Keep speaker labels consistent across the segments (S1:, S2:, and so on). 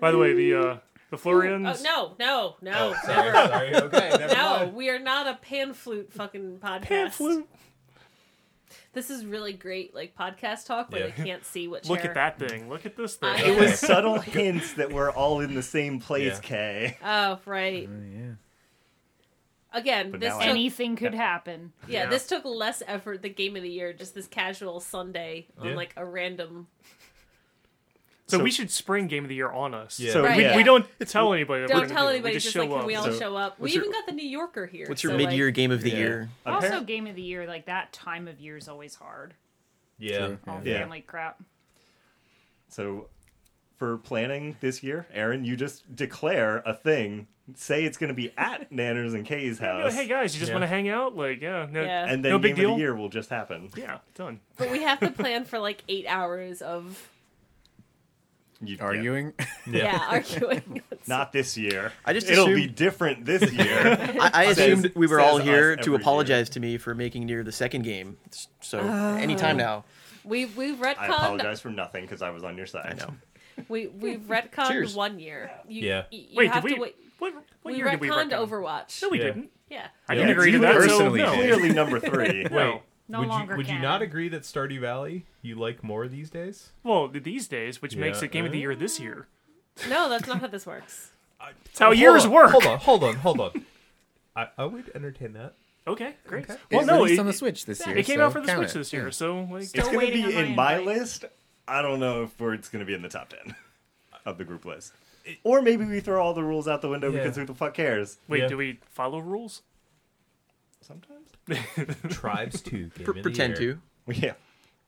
S1: By the way, the uh, the Florians.
S2: Oh, no, no, no,
S3: Oh, sorry,
S2: never.
S3: sorry. Okay, never
S2: No,
S3: mind.
S2: we are not a pan flute fucking podcast.
S1: Pan flute.
S2: This is really great, like podcast talk where
S3: Yeah.
S2: they can't see what.
S1: Look
S2: chair.
S1: at that thing. Look at this thing.
S2: I-
S4: It was subtle hints that we're all in the same place,
S3: Yeah.
S4: Kay.
S2: Oh right.
S5: yeah.
S2: Again,
S4: But
S2: this
S4: now
S2: took,
S4: I-
S6: Anything could happen.
S2: yeah,
S1: Yeah.
S2: this took less effort. The game of the year, just this casual Sunday on
S3: Yeah.
S2: like a random.
S1: So,
S4: So-
S1: we should spring game of the year on us.
S3: Yeah.
S4: So
S2: Right,
S4: we,
S2: yeah.
S1: We don't tell anybody. That we're
S2: Don't
S1: gonna
S2: tell
S1: do it.
S2: anybody.
S1: We
S2: just,
S1: show
S2: like, can
S1: up.
S2: we all
S4: So,
S2: show up? We
S5: what's your-
S2: even got the New Yorker here.
S5: What's your
S2: so, like,
S5: mid-year game of the
S3: Yeah.
S5: year?
S6: Also,
S4: Apparent-
S6: game of the year, like that time of year is always hard.
S3: Yeah.
S5: True.
S6: All
S4: Yeah.
S6: family crap.
S4: so for planning this year, Aaron, you just declare a thing. Say it's going to be at Nanners and Kay's
S1: Be like,
S4: house,
S1: Oh, hey guys, you just
S3: Yeah.
S1: want to hang out? Like, yeah, no,
S2: Yeah.
S4: and then
S1: no
S4: game
S1: big
S4: of
S1: deal.
S4: the year will just happen.
S1: Yeah, done.
S2: But we have to plan for like eight hours of
S4: You, yeah.
S5: Arguing.
S2: yeah, arguing.
S4: Not this year.
S5: I just
S4: It'll be
S5: assumed-
S4: different this year.
S5: I, I
S4: Says-
S5: assumed we were
S4: says
S5: all
S4: us
S5: here
S4: every
S5: to
S4: year.
S5: apologize to me for making near the second game. S- So anytime now,
S2: we we've
S4: I
S2: retconned.
S4: apologize for nothing because I was on your side.
S5: I know.
S2: We we've retconned
S5: Cheers.
S2: one year. You,
S3: Yeah.
S2: You
S1: Wait,
S2: have
S1: did we?
S2: to wait.
S1: What, what
S2: we
S1: year did we
S2: retconned
S1: retcon?
S2: Overwatch.
S1: No, we
S3: Yeah.
S1: didn't.
S2: Yeah.
S1: I
S3: Yeah,
S1: didn't agree to
S4: you
S1: that.
S5: personally
S1: so, no.
S5: did.
S4: Clearly, number three.
S1: Well,
S6: No
S3: would
S6: longer
S3: you, would
S6: can.
S3: you not agree that Stardew Valley you like more these days?
S1: well, these days, which makes
S3: Yeah.
S1: it game of the year this year.
S2: No, that's not how this works.
S1: It's how years
S3: on,
S1: work.
S3: Hold on, hold on, hold on. I, I would entertain that.
S1: Okay, great.
S3: Okay.
S1: Well,
S5: it
S1: no,
S5: released
S1: it,
S5: on the Switch this year.
S1: it came
S5: so
S1: out for the
S5: count
S1: Switch
S5: it.
S1: this year, so like,
S4: it's going to
S6: waiting on
S4: be
S6: my
S4: in my
S6: invite.
S4: list. I don't know if we're, it's going to be in the top 10 of the group list. Or maybe we throw all the rules out the window
S3: Yeah.
S4: because who the fuck cares?
S1: wait,
S3: Yeah.
S1: do we follow rules?
S4: Sometimes.
S3: Tribes two. Game
S5: Pr-
S3: of the
S5: pretend
S3: year.
S5: to.
S4: Yeah.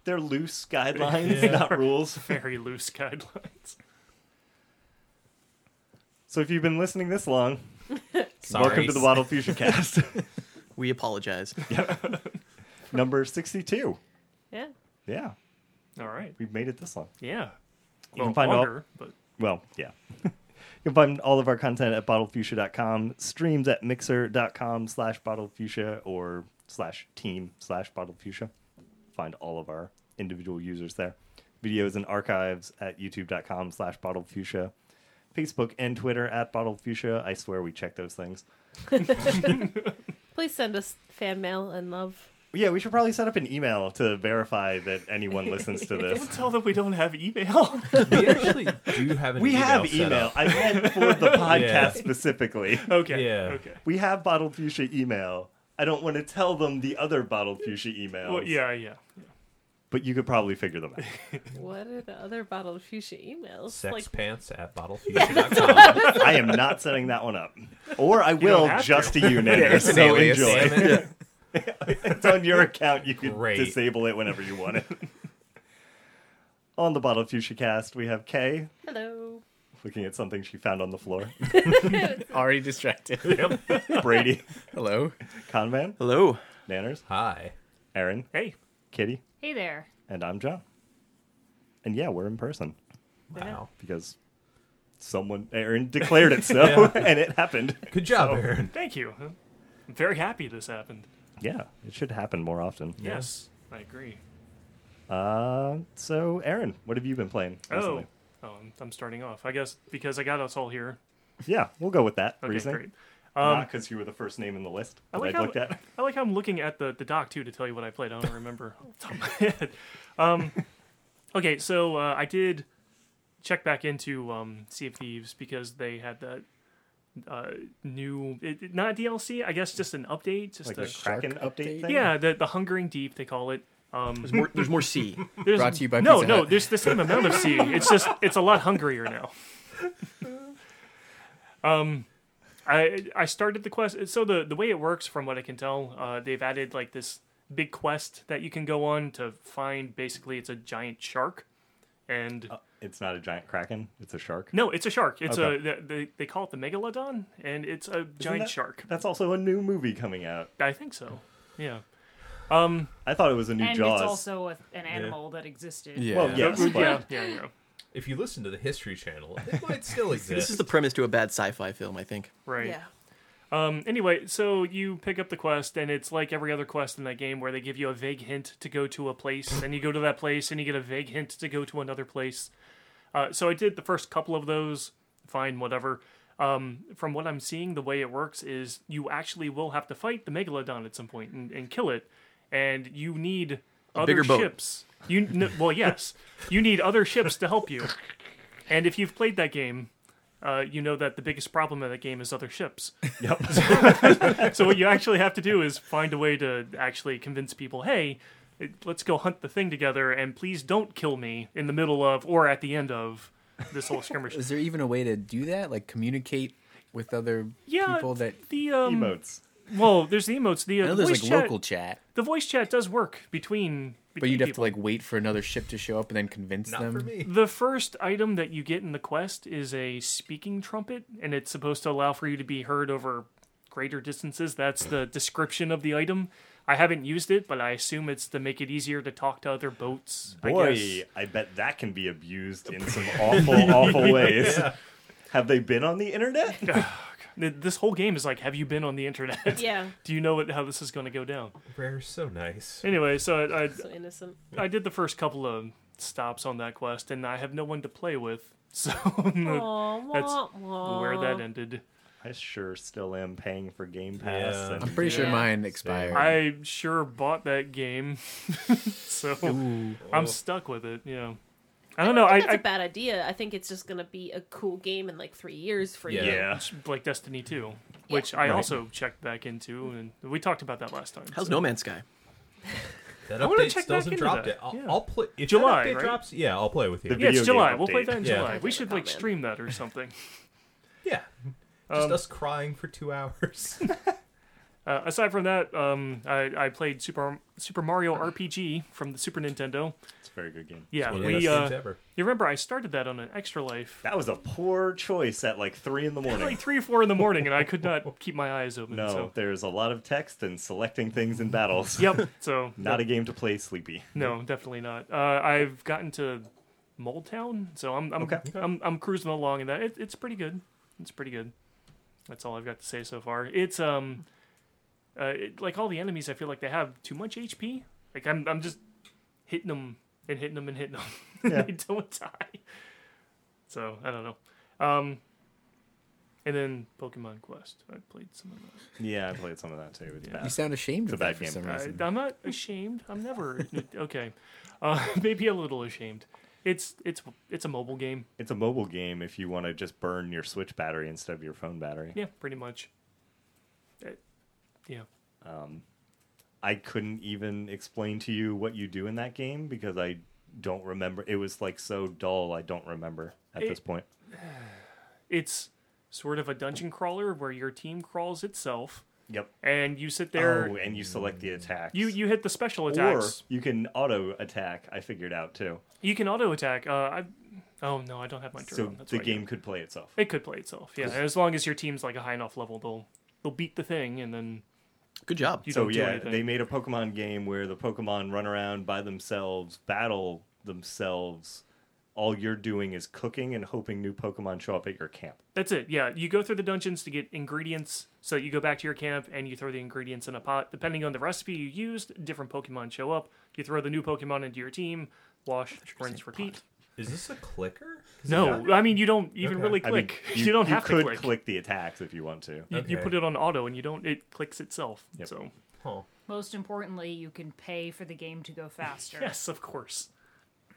S4: They're loose guidelines, not rules.
S1: Very loose guidelines.
S4: So if you've been listening this long,
S3: Sorry.
S4: welcome to the Bottle Fusion Cast,
S5: We apologize.
S4: number 62.
S2: Yeah.
S4: Yeah,
S1: All right.
S4: we've made it this long.
S1: Yeah.
S4: You
S1: Well,
S4: can find all-
S1: longer, but
S4: Well, yeah. you can find all of our content at bottlefuchsia.com, streams at mixer.com slash bottlefuchsia or slash team slash bottlefuchsia. Find all of our individual users there. Videos and archives at youtube.com slash bottlefuchsia. Facebook and Twitter at bottlefuchsia. I swear we check those things.
S2: Please send us fan mail and love.
S4: Yeah, we should probably set up an email to verify that anyone listens to
S1: don't
S4: this.
S1: tell them we don't have email.
S3: We actually do have an
S4: We
S3: email
S4: have
S3: set
S4: email.
S3: up.
S4: I meant for the podcast
S3: Yeah.
S4: specifically.
S1: okay.
S3: Yeah.
S1: Okay.
S4: we have bottled fuchsia email. I don't want to tell them the other bottled fuchsia emails.
S1: Well, yeah, yeah.
S4: But you could probably figure them out.
S2: What are the other bottle of fuchsia emails? like
S3: Sexpants at bottlefusion.com.
S4: I am not setting that one up. Or I will
S1: have
S4: just to, you, Ned.
S5: it's an
S4: so
S5: alias.
S4: enjoy.
S3: Damn it.
S4: It's on your account. You can
S3: Great.
S4: disable it whenever you want it. on the Bottled Fuchsia cast, we have Kay
S2: hello.
S4: looking at something she found on the floor.
S5: Already distracted.
S4: Brady,
S5: Hello.
S4: Conman,
S5: Hello.
S4: Nanners,
S3: Hi.
S4: Aaron,
S1: Hey,
S4: Kitty,
S6: Hey there.
S4: and I'm John. And yeah, we're in person
S3: Wow.
S4: because someone Aaron declared it so, and it happened.
S3: Good job, Aaron.
S1: thank you. I'm very happy this happened.
S4: Yeah, it should happen more often.
S3: Yeah.
S1: Yes, I agree.
S4: Uh, so Aaron, what have you been playing recently?
S1: Oh, oh I'm, I'm starting off. I guess because I got us all here.
S4: Yeah, we'll go with that
S1: Okay,
S4: reasoning.
S1: great. Um,
S4: Not because you were the first name in the list
S1: I
S4: that
S1: like
S4: I would
S1: how-
S4: looked at.
S1: I like how I'm looking at the, the doc too to tell you what I played. I don't remember. off the top of my head. Um, okay, so uh, I did check back into um, Sea of Thieves because they had that uh, new it, it- not DLC, I guess, just an update, just
S4: Like
S1: a,
S4: the Kraken
S5: shark
S4: update
S5: update?
S4: thing.
S1: yeah, the the Hungering Deep they call it. Um,
S5: There's more. There's more C.
S1: there's-
S5: Brought to you by
S1: no,
S5: Pizza
S1: no.
S5: Hut.
S1: There's the same amount of sea. It's just it's a lot hungrier now. Um, I I started the quest. So the the way it works, from what I can tell, uh, they've added like this big quest that you can go on to find. Basically, it's a giant shark, and
S4: It's not a giant kraken; it's a shark.
S1: no, it's a shark. It's
S4: Okay.
S1: a they they call it the megalodon, and it's a giant
S4: that-
S1: shark.
S4: That's also a new movie coming out.
S1: I think so. Yeah.
S4: I thought it was a new
S6: and
S4: Jaws.
S6: it's also a, an animal that existed.
S5: Yeah.
S4: Well, yes, but
S1: Yeah. Yeah. yeah.
S3: If you listen to the History Channel, it might still exist.
S5: This is the premise to a bad sci-fi film, I think.
S1: Right.
S2: Yeah.
S1: Um, anyway, so you pick up the quest, and it's like every other quest in that game where they give you a vague hint to go to a place, and you go to that place, and you get a vague hint to go to another place. Uh, so I did the first couple of those, fine, whatever. Um, from what I'm seeing, the way it works is you actually will have to fight the megalodon at some point and, and kill it, and you need other
S5: bigger boat.
S1: ships. You n- well, yes, you need other ships to help you. And if you've played that game, uh, you know that the biggest problem in that game is other ships.
S4: Yep.
S1: So what you actually have to do is find a way to actually convince people, hey, it- let's go hunt the thing together, and please don't kill me in the middle of or at the end of this whole skirmish.
S7: Is there even a way to do that? Like communicate with other
S1: yeah,
S7: people that
S1: the um,
S4: Emotes.
S1: well, there's the emotes. The, uh,
S7: I know
S1: the
S7: there's
S1: voice
S7: like
S1: chat,
S7: local chat,
S1: The voice chat does work between, between
S7: but you'd have to
S1: people.
S7: like wait for another ship to show up and then convince
S3: Not
S7: them.
S3: for me.
S1: The first item that you get in the quest is a speaking trumpet, and it's supposed to allow for you to be heard over greater distances. That's the description of the item. I haven't used it, but I assume it's to make it easier to talk to other boats. I
S4: Boy,
S1: guess.
S4: I, bet that can be abused in some awful, awful ways. Have they been on the internet?
S1: Th- This whole game is like, have you been on the internet?
S2: Yeah,
S1: Do you know what, how this is going to go down?
S3: Rare, so nice.
S1: Anyway, so I, I,
S2: so innocent.
S1: I did the first couple of stops on that quest, and I have no one to play with, so that's where that ended.
S4: I sure still am paying for Game Pass.
S3: Yeah.
S4: and-
S7: I'm pretty sure
S2: Yeah.
S7: mine expired.
S1: I sure bought that game, so I'm stuck with it. Yeah, I don't know.
S2: I
S1: I,
S2: think that's a
S1: I
S2: bad idea. I think it's just gonna be a cool game in like three years for you.
S4: yeah.
S1: like Destiny Two, which I also checked back into, and we talked about that last time.
S5: How's
S1: so-
S5: No Man's Sky?
S3: That
S1: wanna
S3: update
S1: check
S3: still
S1: back
S3: hasn't
S1: into
S3: dropped
S1: that.
S3: it. I'll,
S1: Yeah.
S3: I'll play if that
S1: July,
S3: update
S1: right?
S3: drops. Yeah, I'll play with you.
S4: The-
S1: Yeah, it's
S4: Video
S1: July.
S4: game
S1: We'll play
S4: update.
S1: that in
S3: Yeah.
S1: July. We should
S2: Oh,
S1: like
S2: man.
S1: stream that or something.
S3: yeah, just
S1: Um,
S3: us crying for two hours.
S1: Uh, aside from that, um, I, I played Super Super Mario RPG from the Super Nintendo.
S4: It's a very good game.
S1: Yeah,
S3: One of the
S1: we.
S3: best games
S1: Uh,
S3: ever.
S1: you remember I started that on an Extra Life,
S4: That was a poor choice at like three in the morning.
S1: like three or four in the morning, and I could not keep my eyes open.
S4: No,
S1: So.
S4: there's a lot of text and selecting things in battles.
S1: Yep. So
S4: Not a game to play sleepy.
S1: No, definitely not. Uh, I've gotten to Mold Town, so I'm I'm,
S4: Okay.
S1: I'm I'm cruising along in that. It, it's pretty good. It's pretty good. That's all I've got to say so far. It's um, uh, it, like all the enemies, I feel like they have too much HP. Like I'm I'm just hitting them and hitting them and hitting them.
S4: Yeah.
S1: they don't die. So I don't know. Um, and then Pokemon Quest. I played some of that.
S4: Yeah, I played some of that too. It's
S7: you
S4: bad.
S7: sound ashamed
S4: It's a
S7: of that
S4: bad
S7: for
S4: game.
S7: some
S1: I-
S7: reason.
S1: I'm not ashamed. I'm never okay. Uh, maybe a little ashamed. It's it's it's a mobile game.
S4: It's a mobile game if you want to just burn your Switch battery instead of your phone battery.
S1: Yeah, pretty much. It- yeah.
S4: I couldn't even explain to you what you do in that game because I don't remember. It was like so dull. I don't remember at
S1: It-
S4: this point.
S1: It's sort of a dungeon crawler where your team crawls itself
S4: Yep.
S1: and you sit there
S4: oh, and you select the attacks.
S1: you you hit the special
S4: or
S1: attacks.
S4: you can auto attack. I figured out too.
S1: You can auto attack. Uh I Oh no, I don't have my turn.
S4: So
S1: on. That's
S4: the
S1: right.
S4: game could play itself.
S1: it could play itself. Yeah, as long as your team's like a high enough level, they'll they'll beat the thing and then
S5: Good job.
S1: you
S4: So
S1: don't do
S4: yeah,
S1: anything.
S4: they made a Pokemon game where the Pokemon run around by themselves, battle themselves. All you're doing is cooking and hoping new Pokemon show up at your camp.
S1: That's it. Yeah, you go through the dungeons to get ingredients. So you go back to your camp and you throw the ingredients in a pot. Depending on the recipe you used, different Pokemon show up. You throw the new Pokemon into your team. Wash, rinse, repeat.
S3: Is this a clicker?
S1: No, I mean you don't even
S3: Okay.
S1: really
S4: I mean,
S1: click. you, don't have
S4: could
S1: to click.
S4: click the attacks if you want to.
S1: You, you
S3: Okay.
S1: put it on auto and you don't. It clicks itself.
S4: Yep.
S1: So
S3: Huh.
S6: Most importantly, you can pay for the game to go faster.
S1: yes, of course.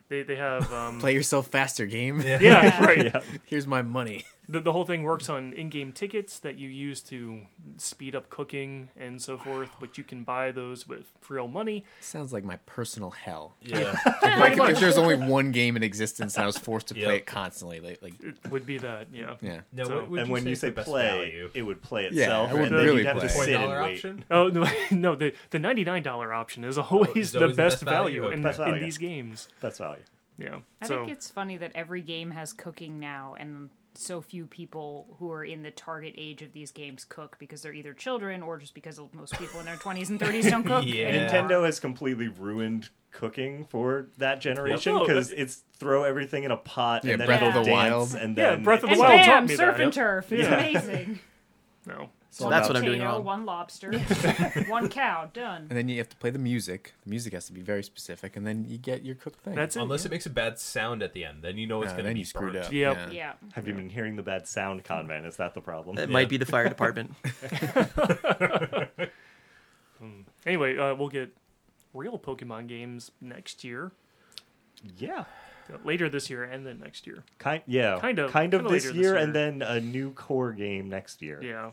S1: They they have um,
S7: Play yourself faster, game.
S1: yeah right.
S7: Here's my money.
S1: The, the whole thing works on in-game tickets that you use to speed up cooking and so forth. But you can buy those with real money.
S7: Sounds like my personal hell.
S3: Yeah.
S7: Like if there's only one game in existence and I was forced to play
S3: Yep.
S7: it constantly, like, like
S1: It would be that. Yeah.
S7: yeah.
S3: Now,
S1: So-
S3: what would
S4: and when you
S3: for
S4: say
S3: best
S4: play,
S3: value?
S4: it would play
S7: Yeah,
S4: itself.
S7: I wouldn't
S4: and then
S7: really
S4: you'd have
S7: play.
S4: to sit
S3: Point
S4: and
S3: dollar
S4: wait.
S3: option.
S1: Oh no, no the the ninety nine dollar option is
S3: it's
S1: always, the,
S3: always
S1: best value, in,
S4: Best
S1: in
S4: value.
S1: these games.
S4: That's value.
S1: Yeah,
S6: I
S1: so
S6: think it's funny that every game has cooking now, and so few people who are in the target age of these games cook because they're either children or just because most people in their 20s and 30s don't cook.
S3: Yeah.
S6: anymore.
S4: Nintendo has completely ruined cooking for that generation
S1: Well, no,
S4: because it's throw everything in a pot
S7: Yeah,
S4: and then
S7: Breath
S4: it'll
S7: of the
S4: dance
S7: Wild.
S4: and
S1: Yeah,
S4: then
S1: Breath of the
S6: And
S1: Wild taught
S6: bam,
S1: me
S6: surf
S1: that.
S6: and turf. It's amazing.
S1: no,
S5: So that's what I'm doing
S6: potato,
S5: wrong.
S6: One lobster, one cow. Done.
S7: And then you have to play the music. The music has to be very specific, and then you get your cooked thing.
S1: That's it.
S3: Unless
S1: yeah.
S3: it makes a bad sound at the end, then you know it's
S7: Uh,
S3: going to
S7: then
S3: be
S7: you screwed
S3: burnt.
S7: up.
S1: Yep.
S6: Yeah.
S4: Have you been hearing the bad sound, Conman? Is that the problem?
S7: Uh,
S5: That might be the fire department.
S1: Anyway, uh, we'll get real Pokemon games next year,
S4: yeah,
S1: uh, later this year, and then next year.
S4: kind yeah,
S1: Kind of-
S4: kind of
S1: kinda
S4: this
S1: later
S4: year,
S1: this
S4: and
S1: year.
S4: then a new core game next year.
S1: Yeah,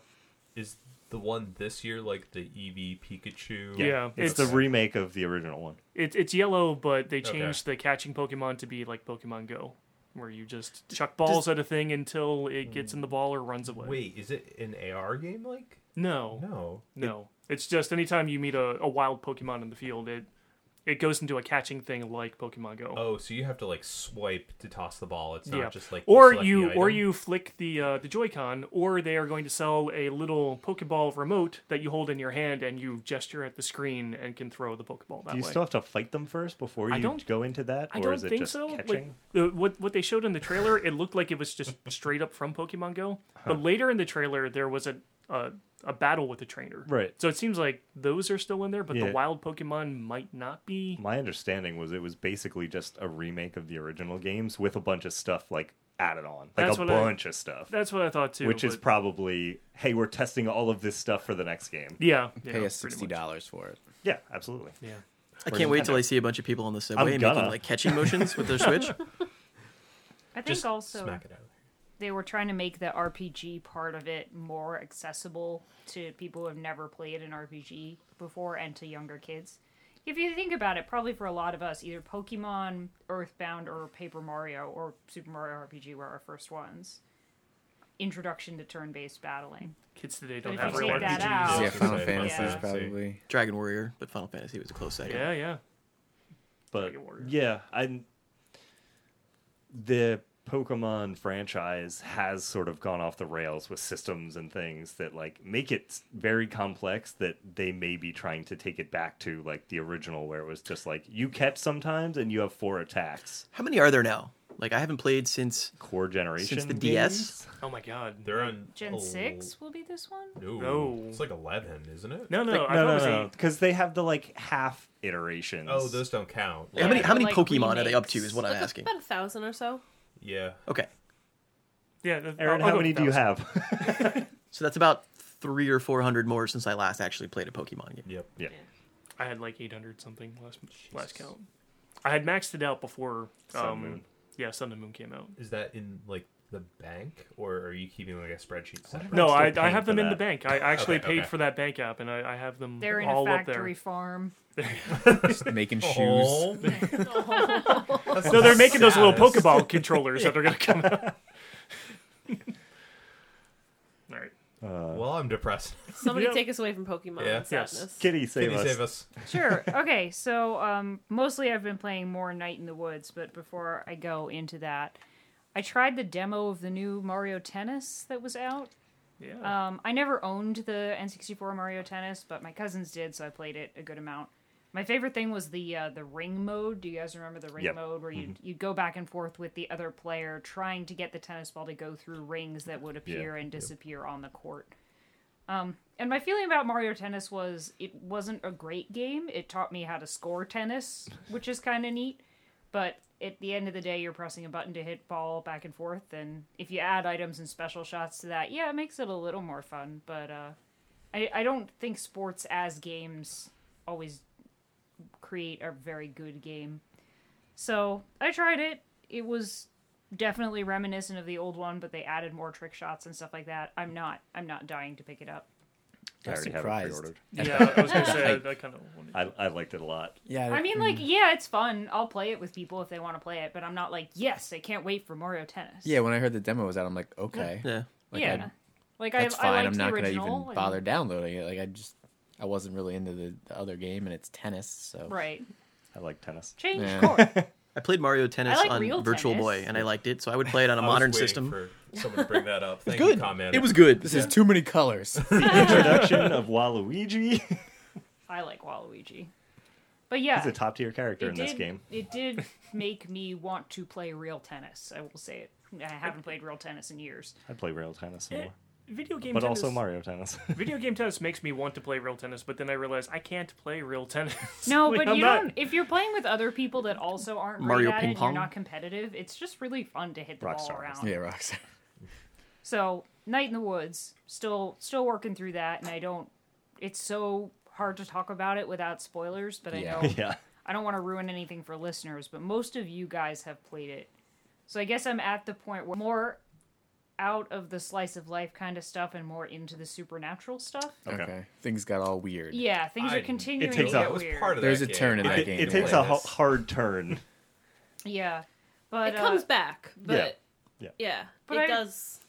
S3: Is the one this year like the EV Pikachu?
S1: yeah.
S4: it's,
S1: It's
S4: the remake of the original one.
S1: it, it's yellow, but they
S3: Okay.
S1: changed the catching Pokemon to be like Pokemon Go, where you just chuck balls at a thing until it gets in the ball or runs away.
S3: Wait, is it an AR game? Like
S1: No, no,
S3: no.
S1: It's just anytime you meet a, a wild Pokemon in the field, it it goes into a catching thing like Pokemon Go.
S3: Oh, so you have to like swipe to toss the ball. It's not
S1: yeah,
S3: just like
S1: or
S3: select the
S1: you or
S3: item?
S1: you flick the uh, the Joy-Con, or they are going to sell a little Pokeball remote that you hold in your hand and you gesture at the screen and can throw the Pokeball that
S4: Do you
S1: way.
S4: still have to fight them first before
S1: I
S4: you
S1: don't-
S4: go into that,
S1: I
S4: or
S1: don't
S4: is it
S1: think
S4: just
S1: so. Like,
S4: catching?
S1: the, what what they showed in the trailer, it looked like it was just straight up from Pokemon Go. But later in the trailer, there was a a, a battle with the trainer.
S4: Right.
S1: So it seems like those are still in there, but
S4: Yeah.
S1: the wild Pokemon might not be.
S4: My understanding was it was basically just a remake of the original games with a bunch of stuff like added on, like
S1: That's
S4: a
S1: what I-
S4: bunch of stuff,
S1: That's what I thought too.
S4: which is
S1: but-
S4: probably hey, we're testing all of this stuff for the next game.
S1: yeah, yeah,
S7: Pay us
S1: pretty
S7: sixty
S1: much.
S7: dollars for it.
S4: Yeah, absolutely.
S1: Yeah.
S5: I can't wait till I see a bunch of people on the subway making
S4: gonna.
S5: like catching motions with their Switch.
S6: I think
S3: just
S6: also
S3: smack it out. of there.
S6: they were trying to make the RPG part of it more accessible to people who have never played an RPG before and to younger kids. If you think about it, probably for a lot of us, either Pokemon, Earthbound, or Paper Mario or Super Mario RPG were our first ones. Introduction to turn-based battling.
S1: Kids today don't
S6: if
S1: have
S6: you
S1: real
S6: take that
S1: RPGs.
S6: out- Oh,
S7: yeah,
S6: Yeah,
S7: Final
S3: Final
S7: Fantasy is
S6: Fantasy.
S7: probably.
S5: Dragon Warrior, but Final Fantasy was a close second.
S1: Yeah, yeah.
S4: but
S1: Dragon Warrior.
S4: yeah, I the Pokemon franchise has sort of gone off the rails with systems and things that like make it very complex that they may be trying to take it back to like the original where it was just like you catch sometimes and you have four attacks
S5: How many are there now? Like I haven't played since
S4: core generation
S5: Since the DS?
S4: games?
S1: Oh my god.
S3: They're on
S6: Gen
S3: el-
S6: 6 will be this one?
S3: No,
S1: No.
S3: it's like eleven, isn't it?
S1: No, no, I
S4: no
S1: thought it
S4: no
S1: was
S4: no
S1: eight.
S4: because they have the like half iterations
S3: Oh, those don't count.
S5: how many
S6: Yeah,
S5: how many
S6: like
S5: Pokemon are they up to
S6: remakes.
S5: is what I'm
S2: Like
S5: asking.
S2: about a thousand or so.
S3: Yeah.
S5: Okay.
S1: Yeah, th-
S4: Aaron
S1: I'll- I'll go
S4: how many
S1: with
S4: do you
S1: thousand.
S4: have
S5: So that's about three or four hundred more since I last actually played a Pokemon game.
S3: Yep.
S4: yeah
S1: I had like 800 something last last count. I had maxed it out before
S4: Sun
S1: um,
S4: Moon.
S1: Yeah, Sun and Moon came out.
S3: Is that in like the bank, or are you keeping like a spreadsheet? separate?
S1: No, I,
S4: still
S1: I
S4: paying
S1: have
S4: for
S1: them in the
S4: that.
S1: bank. I actually
S3: Okay,
S1: paid
S3: okay.
S1: for that bank app, and I, I have them
S6: They're in
S1: all
S6: a
S1: up
S6: factory
S1: there.
S6: farm.
S7: Just making shoes.
S3: Oh,
S1: No, they're making those little
S3: Saddest.
S1: Pokeball controllers that are going to come out. all right.
S3: well, I'm depressed.
S2: Somebody
S1: Yep.
S2: take us away from Pokemon.
S3: Yeah.
S2: and
S1: Yes.
S2: Sadness.
S4: kitty save
S3: Can you
S4: us
S3: save us?
S6: Sure. Okay. So um, mostly I've been playing more Night in the Woods, but before I go into that, I tried the demo of the new Mario Tennis that was out.
S1: Yeah.
S6: Um, I never owned the N64 Mario Tennis, but my cousins did, so I played it a good amount. My favorite thing was the uh, the ring mode. Do you guys remember the ring
S4: Yep.
S6: mode where you'd, you'd go back and forth with the other player trying to get the tennis ball to go through rings that would appear and disappear on the court? Um, And my feeling about Mario Tennis was it wasn't a great game. It taught me how to score tennis, which is kind of neat. But at the end of the day, you're pressing a button to hit ball back and forth. And if you add items and special shots to that, yeah, it makes it a little more fun. But uh, I, I don't think sports as games always create a very good game. So I tried it. It was definitely reminiscent of the old one, but they added more trick shots and stuff like that. I'm not I'm not dying to pick it up.
S4: I
S7: I'm
S4: already have it
S7: surprised.
S4: pre-ordered.
S1: yeah, I was going to say, I, I kind of wanted
S4: I, I liked it a lot
S7: Yeah,
S6: I mean, like, yeah, it's fun. I'll play it with people if they want to play it, but I'm not like, yes, I can't wait for Mario Tennis.
S7: yeah. When I heard the demo was out, I'm like, okay,
S5: Yeah.
S7: like,
S6: yeah.
S7: I,
S6: like I,
S7: that's
S6: I
S7: fine.
S6: liked
S7: I'm
S6: the
S7: not gonna
S6: original.
S7: even
S6: and-
S7: bother downloading it. Like, I just, I wasn't really into the, the other game, and it's tennis, so
S6: Right,
S4: I like tennis
S6: change
S7: Yeah.
S6: course.
S5: I played Mario Tennis
S6: I like real
S5: on Virtual
S6: tennis.
S5: Boy and I liked it, so I would play it on a
S3: I was
S5: modern
S3: waiting
S5: system.
S3: For someone to bring that up. Thank
S5: Good.
S3: you, comment.
S5: It was good.
S7: This is too many colors.
S4: introduction of Waluigi.
S6: I like Waluigi, but yeah,
S4: He's a top tier character
S6: it
S4: in
S6: did,
S4: this game.
S6: it did make me want to play real tennis. I will say it. I haven't played real tennis in years.
S4: I play rail tennis anymore.
S1: video game
S4: but
S1: tennis,
S4: also Mario Tennis.
S1: video game tennis makes me want to play real tennis, but then I realize I can't play real tennis.
S6: No,
S1: Like,
S6: but
S1: I'm
S6: you
S1: not-
S6: don't. If you're playing with other people that also aren't great
S5: Mario
S6: at
S5: Ping
S6: it,
S5: Pong?
S6: you're not competitive. It's just really fun to hit the ball
S4: Rockstar.
S6: around.
S7: Yeah, rocks.
S6: So Night in the Woods, still still working through that, and I don't. It's so hard to talk about it without spoilers, but
S7: Yeah.
S6: I know
S4: yeah.
S6: I don't want to ruin anything for listeners, but most of you guys have played it. So I guess I'm at the point where more out of the slice of life kind of stuff and more into the supernatural stuff.
S7: Okay.
S4: Okay.
S7: Things got all weird.
S6: Yeah, things
S3: I-
S6: are
S3: it
S6: continuing
S4: takes
S6: to
S4: a-
S6: get
S4: That
S3: was
S6: weird.
S3: part of
S7: There's
S3: that
S7: a
S3: game.
S7: turn in
S3: I
S7: that
S4: It,
S7: game.
S4: it
S3: didn't
S4: takes
S3: play
S4: a ho-
S3: this.
S4: hard turn.
S6: yeah, but
S2: it
S6: uh,
S2: comes back, but
S4: Yeah.
S2: yeah, yeah,
S6: But
S2: it
S6: I-
S2: does.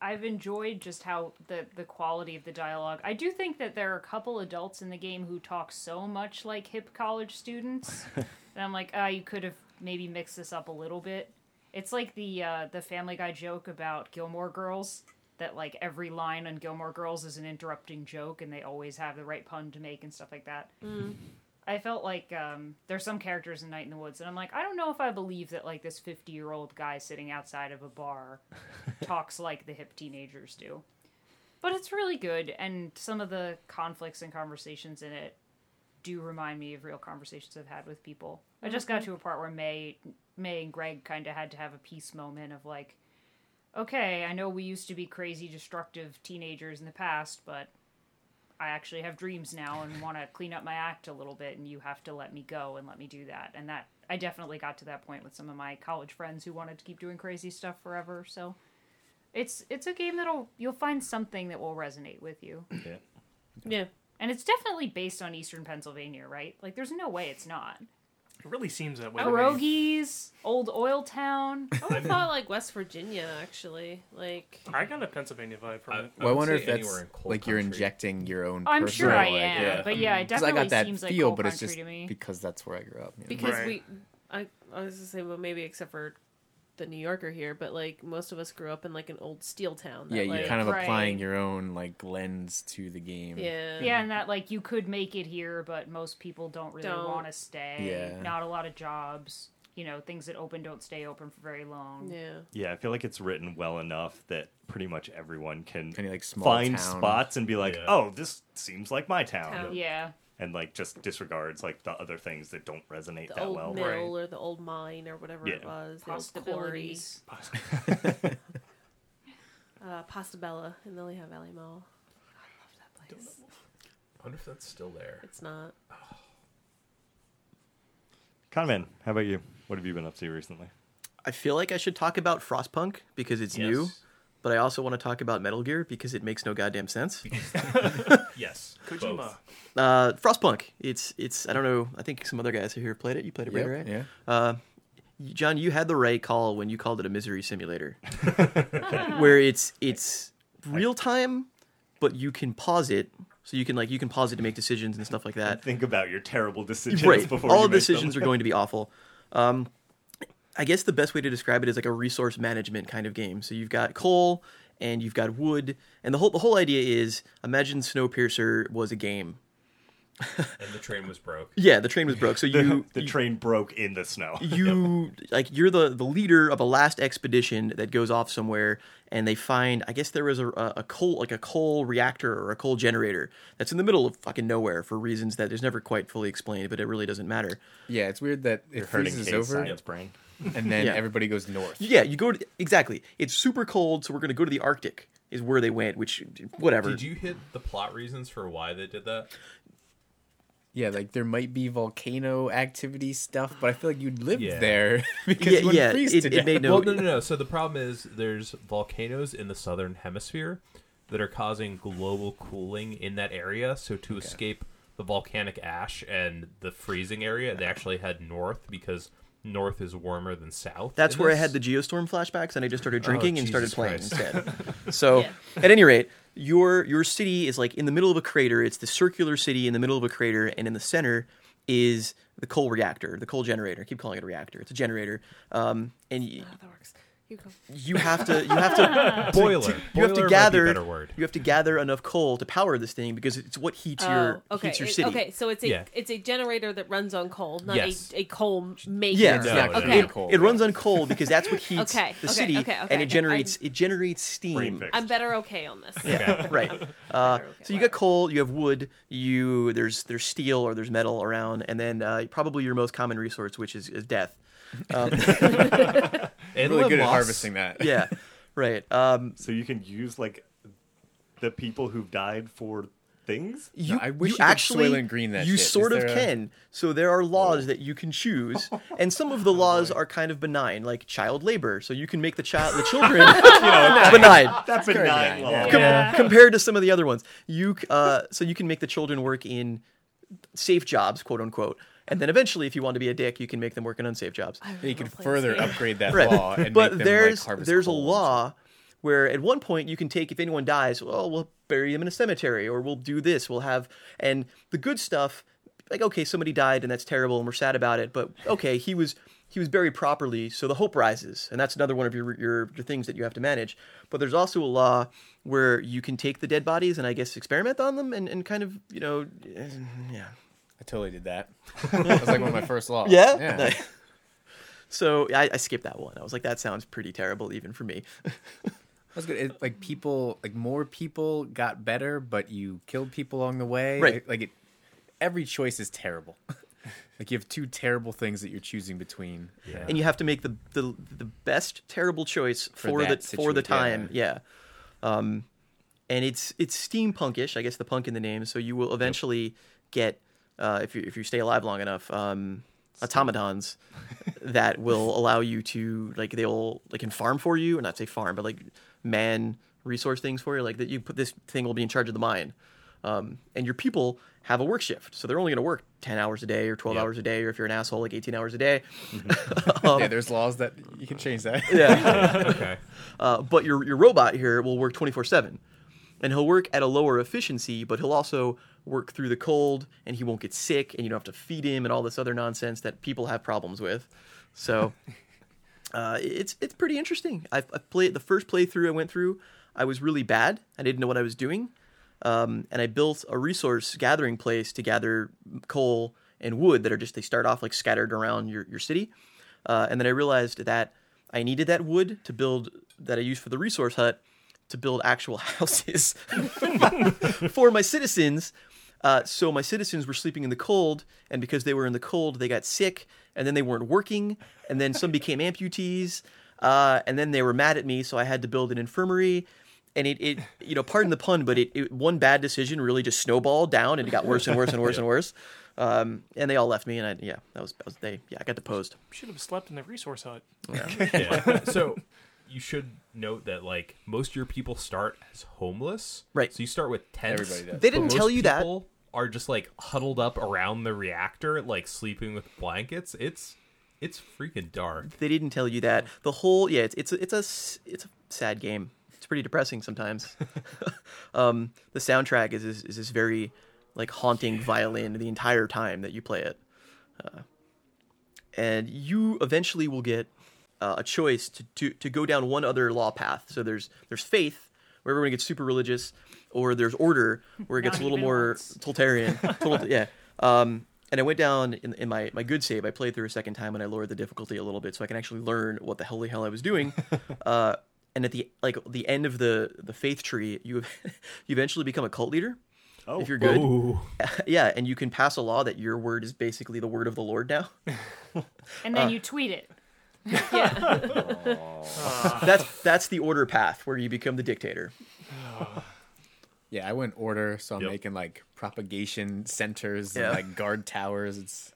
S6: I've enjoyed just how the the quality of the dialogue. I do think that there are a couple adults in the game who talk so much like hip college students, and I'm like, ah, you could have maybe mixed this up a little bit. It's like the uh, the Family Guy joke about Gilmore Girls that like every line on Gilmore Girls is an interrupting joke, and they always have the right pun to make and stuff like that. I felt like um, there's some characters in Night in the Woods, and I'm like, I don't know if I believe that like this 50 year old guy sitting outside of a bar talks like the hip teenagers do. But it's really good, and some of the conflicts and conversations in it do remind me of real conversations I've had with people. I just got to a part where May, May and Greg kind of had to have a peace moment of like, okay, I know we used to be crazy, destructive teenagers in the past, but I actually have dreams now and want to clean up my act a little bit, and you have to let me go and let me do that. And that I definitely got to that point with some of my college friends who wanted to keep doing crazy stuff forever. So it's it's a game that'll you'll find something that will resonate with you,
S4: Yeah.
S2: Yeah,
S6: and it's definitely based on Eastern Pennsylvania, right? Like, there's no way it's not.
S1: It really seems that way. to me.
S6: Pierogies, old oil town.
S2: I would have thought like West Virginia actually, like
S1: I got a Pennsylvania vibe from it.
S7: Well, I
S3: would
S7: wonder
S3: say
S7: if that's
S3: anywhere in coal
S7: like you're
S3: country.
S7: injecting your own.
S6: I'm
S7: personal,
S6: sure I
S7: like,
S6: am,
S7: yeah.
S6: but yeah, it
S7: 'Cause I
S6: definitely
S7: got that
S6: seems like
S7: feel,
S6: coal
S7: but it's
S6: country
S7: just
S6: to me.
S7: because that's where I grew up. you know?
S2: because
S1: Right.
S2: we, I, I was gonna say well maybe except for the New Yorker here, but like most of us grew up in like an old steel town. That,
S7: yeah,
S2: like,
S7: you're kind of
S6: Right.
S7: applying your own like lens to the game.
S2: yeah,
S6: Yeah, and that like you could make it here, but most people don't really
S2: Don't.
S6: want to stay.
S7: Yeah.
S6: Not a lot of jobs. You know, things that open don't stay open for very long.
S2: yeah.
S4: Yeah, I feel like it's written well enough that pretty much everyone can
S7: Any like small
S4: find
S7: town.
S4: spots and be like,
S3: Yeah.
S4: "Oh, this seems like my town,"
S2: Town.
S6: Yeah.
S4: and like just disregards like the other things that don't resonate
S2: The
S4: that
S2: old
S4: well.
S2: mill
S1: Right.
S2: or the old mine or whatever it
S4: Yeah.
S2: was, the old quarry,
S6: Possibilities.
S2: uh, Pastabella in the Lehigh Valley Mall. I love that place.
S3: I wonder if that's still there.
S2: It's not.
S4: Conman, how about you? What have you been up to recently?
S5: I feel like I should talk about Frostpunk because it's new,
S3: Yes.
S5: but I also want to talk about Metal Gear because it makes no goddamn sense.
S3: Yes.
S1: Kojima.
S3: both.
S5: Uh, Frostpunk. It's it's I don't know. I think some other guys here played it. You played it,
S7: Yep,
S5: right?
S7: Yeah.
S5: John, you had the right call when you called it a misery simulator, where it's it's real time, but you can pause it, so you can like you can pause it to make decisions and stuff like that.
S4: Think about your terrible decisions
S5: right.
S4: before
S5: All
S4: you make
S5: decisions
S4: them.
S5: are going to be awful. Um, I guess the best way to describe it is like a resource management kind of game. So you've got coal and you've got wood, and the whole the whole idea is imagine Snowpiercer was a game.
S3: And the train was broke.
S5: Yeah, the train was broke, so you
S4: the
S5: you-
S4: train broke in the snow.
S5: you like you're the the leader of a last expedition that goes off somewhere and they find i guess there was a, a coal like a coal reactor or a coal generator that's in the middle of fucking nowhere for reasons that is never quite fully explained but it really doesn't matter
S7: Yeah, it's weird that it
S4: You're hurting
S7: freezes
S4: Kay's
S7: over
S4: science brain.
S7: and then
S5: Yeah.
S7: everybody goes north.
S5: yeah you go to exactly it's super cold so we're going to go to the arctic is where they went which whatever
S3: Did you hit the plot reasons for why they did that?
S7: Yeah, like there might be volcano activity stuff, but I feel like you'd live
S3: Yeah.
S7: there because
S5: yeah
S7: you wouldn't
S5: yeah
S7: freeze
S5: it,
S7: to
S5: it
S7: death.
S5: made no,
S3: well, no, no, no. So the problem is there's volcanoes in the southern hemisphere that are causing global cooling in that area. So to escape the volcanic ash and the freezing area, they actually had north because north is warmer than south.
S5: That's
S3: in
S5: where I
S3: this.
S5: had the geostorm flashbacks, and I just started drinking and started
S3: Oh, Jesus
S5: playing
S3: Christ.
S5: instead. So,
S2: Yeah.
S5: at any rate, your your city is like in the middle of a crater. It's the circular city in the middle of a crater, and in the center is the coal reactor, the coal generator. I keep calling it a reactor. It's a generator. Um, and y-
S2: Oh, that works. You You go.
S5: you have to you have to
S3: Boiler.
S5: you have
S3: Boiler might be
S5: to
S3: a
S5: gather
S3: better word.
S5: you have to gather enough coal to power this thing because it's what heats your
S2: oh, okay.
S5: heats your
S2: It-
S5: city.
S2: okay, so it's a
S3: Yeah.
S2: it's a generator that runs on coal, not
S3: Yes.
S2: a, a coal maker.
S5: Yeah,
S3: No,
S5: exactly.
S2: no, Okay. no.
S5: It, it runs on coal because that's what heats
S2: Okay,
S5: the
S2: okay,
S5: city,
S2: okay, okay.
S5: and it generates it generates
S4: Brain
S5: steam.
S4: fix.
S2: I'm better okay on this.
S5: Yeah, right. Uh,
S2: Okay,
S5: so you
S2: whatever.
S5: got coal, you have wood, you there's there's steel or there's metal around, and then uh, probably your most common resource, which is, is death. Um,
S3: And
S7: really
S3: live
S7: good at
S3: loss.
S7: harvesting that.
S5: Yeah, right. Um,
S4: So you can use like the people who've died for things.
S5: you,
S7: I wish
S5: you
S7: you could
S5: actually
S7: Soylent Green that
S5: you
S7: shit. Is
S5: sort of
S7: there a- Oh
S5: can. So there are laws that you can choose, and some of the laws are kind of benign, like child labor. So you can make the child the children benign.
S4: That's been nine
S7: yeah.
S4: long.
S6: Yeah.
S5: compared to some of the other ones. You c- uh, so you can make the children work in safe jobs, quote unquote, and then eventually, if you want to be a dick, you can make them work in unsafe jobs.
S7: And you could
S2: Play
S7: further
S2: this game.
S7: upgrade that
S5: Right,
S7: law and
S5: but
S7: make them
S5: there's
S7: like harvest
S5: there's a
S7: coal and
S5: law where at one point you can take if anyone dies, well, we'll bury them in a cemetery, or we'll do this, we'll have, and the good stuff, like okay, somebody died and that's terrible and we're sad about it, but okay, he was. He was buried properly, so the hope rises, and that's another one of your, your your things that you have to manage. But there's also a law where you can take the dead bodies and I guess experiment on them and, and kind of you know, eh, yeah,
S7: stuff. I totally did that. That was like one of my first laws.
S5: yeah. so I, I skipped that one. I was like, that sounds pretty terrible even for me.
S7: That's good. It, like people, like more people got better, but you killed people along the way.
S5: Right.
S7: Like it, every choice is terrible. like you have two terrible things that you're choosing between. Yeah.
S5: and you have to make the the, the best terrible choice for, the
S7: that
S5: for the
S7: situa-
S5: time. Yeah. Um, and it's it's steampunkish, I guess the punk in the name. So you will eventually get uh, if you if you stay alive long enough, um, automatons that will allow you to like they'll like can farm for you, or not say farm, but like man resource things for you. Like that you put this thing will be in charge of the mine. Um, and your people have a work shift, so they're only going to work ten hours a day, or twelve hours a day, or if you're an asshole, like eighteen hours a day. Oh.
S7: yeah, there's laws that you can change that.
S3: Okay.
S5: Uh, but your your robot here will work 24/7. And he'll work at a lower efficiency, but he'll also work through the cold and he won't get sick and you don't have to feed him and all this other nonsense that people have problems with. So uh, it's it's pretty interesting. I've, I've played the first playthrough I went through. I was really bad. I didn't know what I was doing, um, and I built a resource gathering place to gather coal and wood that are just they start off like scattered around your your city, uh, and then I realized that I needed that wood to build that I used for the resource hut to build actual houses for my citizens. Uh, so my citizens were sleeping in the cold, and because they were in the cold, they got sick, and then they weren't working, and then some became amputees, uh, and then they were mad at me, so I had to build an infirmary. And it, it you know, pardon the pun, but it, it one bad decision really just snowballed down, and it got worse and worse and worse and worse. Um, and they all left me, and I, yeah, that was, that was they, yeah, I got deposed.
S1: Should have slept in the resource hut.
S3: Yeah. so you should note that like most of your people start as homeless.
S5: Right.
S3: So you start with tents.
S7: Everybody does.
S5: They didn't
S3: Most
S5: tell you that.
S3: people Are just like huddled up around the reactor, like sleeping with blankets. It's it's freaking dark.
S5: They didn't tell you that. The whole yeah, it's it's a, it's a s- it's a sad game. It's pretty depressing sometimes. um, the soundtrack is is, is this very like haunting violin the entire time that you play it, uh, and you eventually will get uh, a choice to, to to go down one other law path. So there's there's faith where everyone gets super religious, or there's order where it gets
S6: Not
S5: a little
S6: even
S5: more
S6: once.
S5: totalitarian. Total, yeah. Um, and I went down in, in my, my good save. I played through a second time and I lowered the difficulty a little bit so I can actually learn what the holy hell I was doing. uh, and at the like the end of the the faith tree, you you eventually become a cult leader.
S4: Oh.
S5: if you're good,
S3: Ooh.
S5: yeah, and you can pass a law that your word is basically the word of the Lord now.
S6: And
S7: Uh.
S6: then you tweet it.
S5: that's that's the order path where you become the dictator.
S7: Yeah, I went order, so I'm
S3: Yep.
S7: making like propagation centers
S5: Yeah.
S7: and like guard towers. It's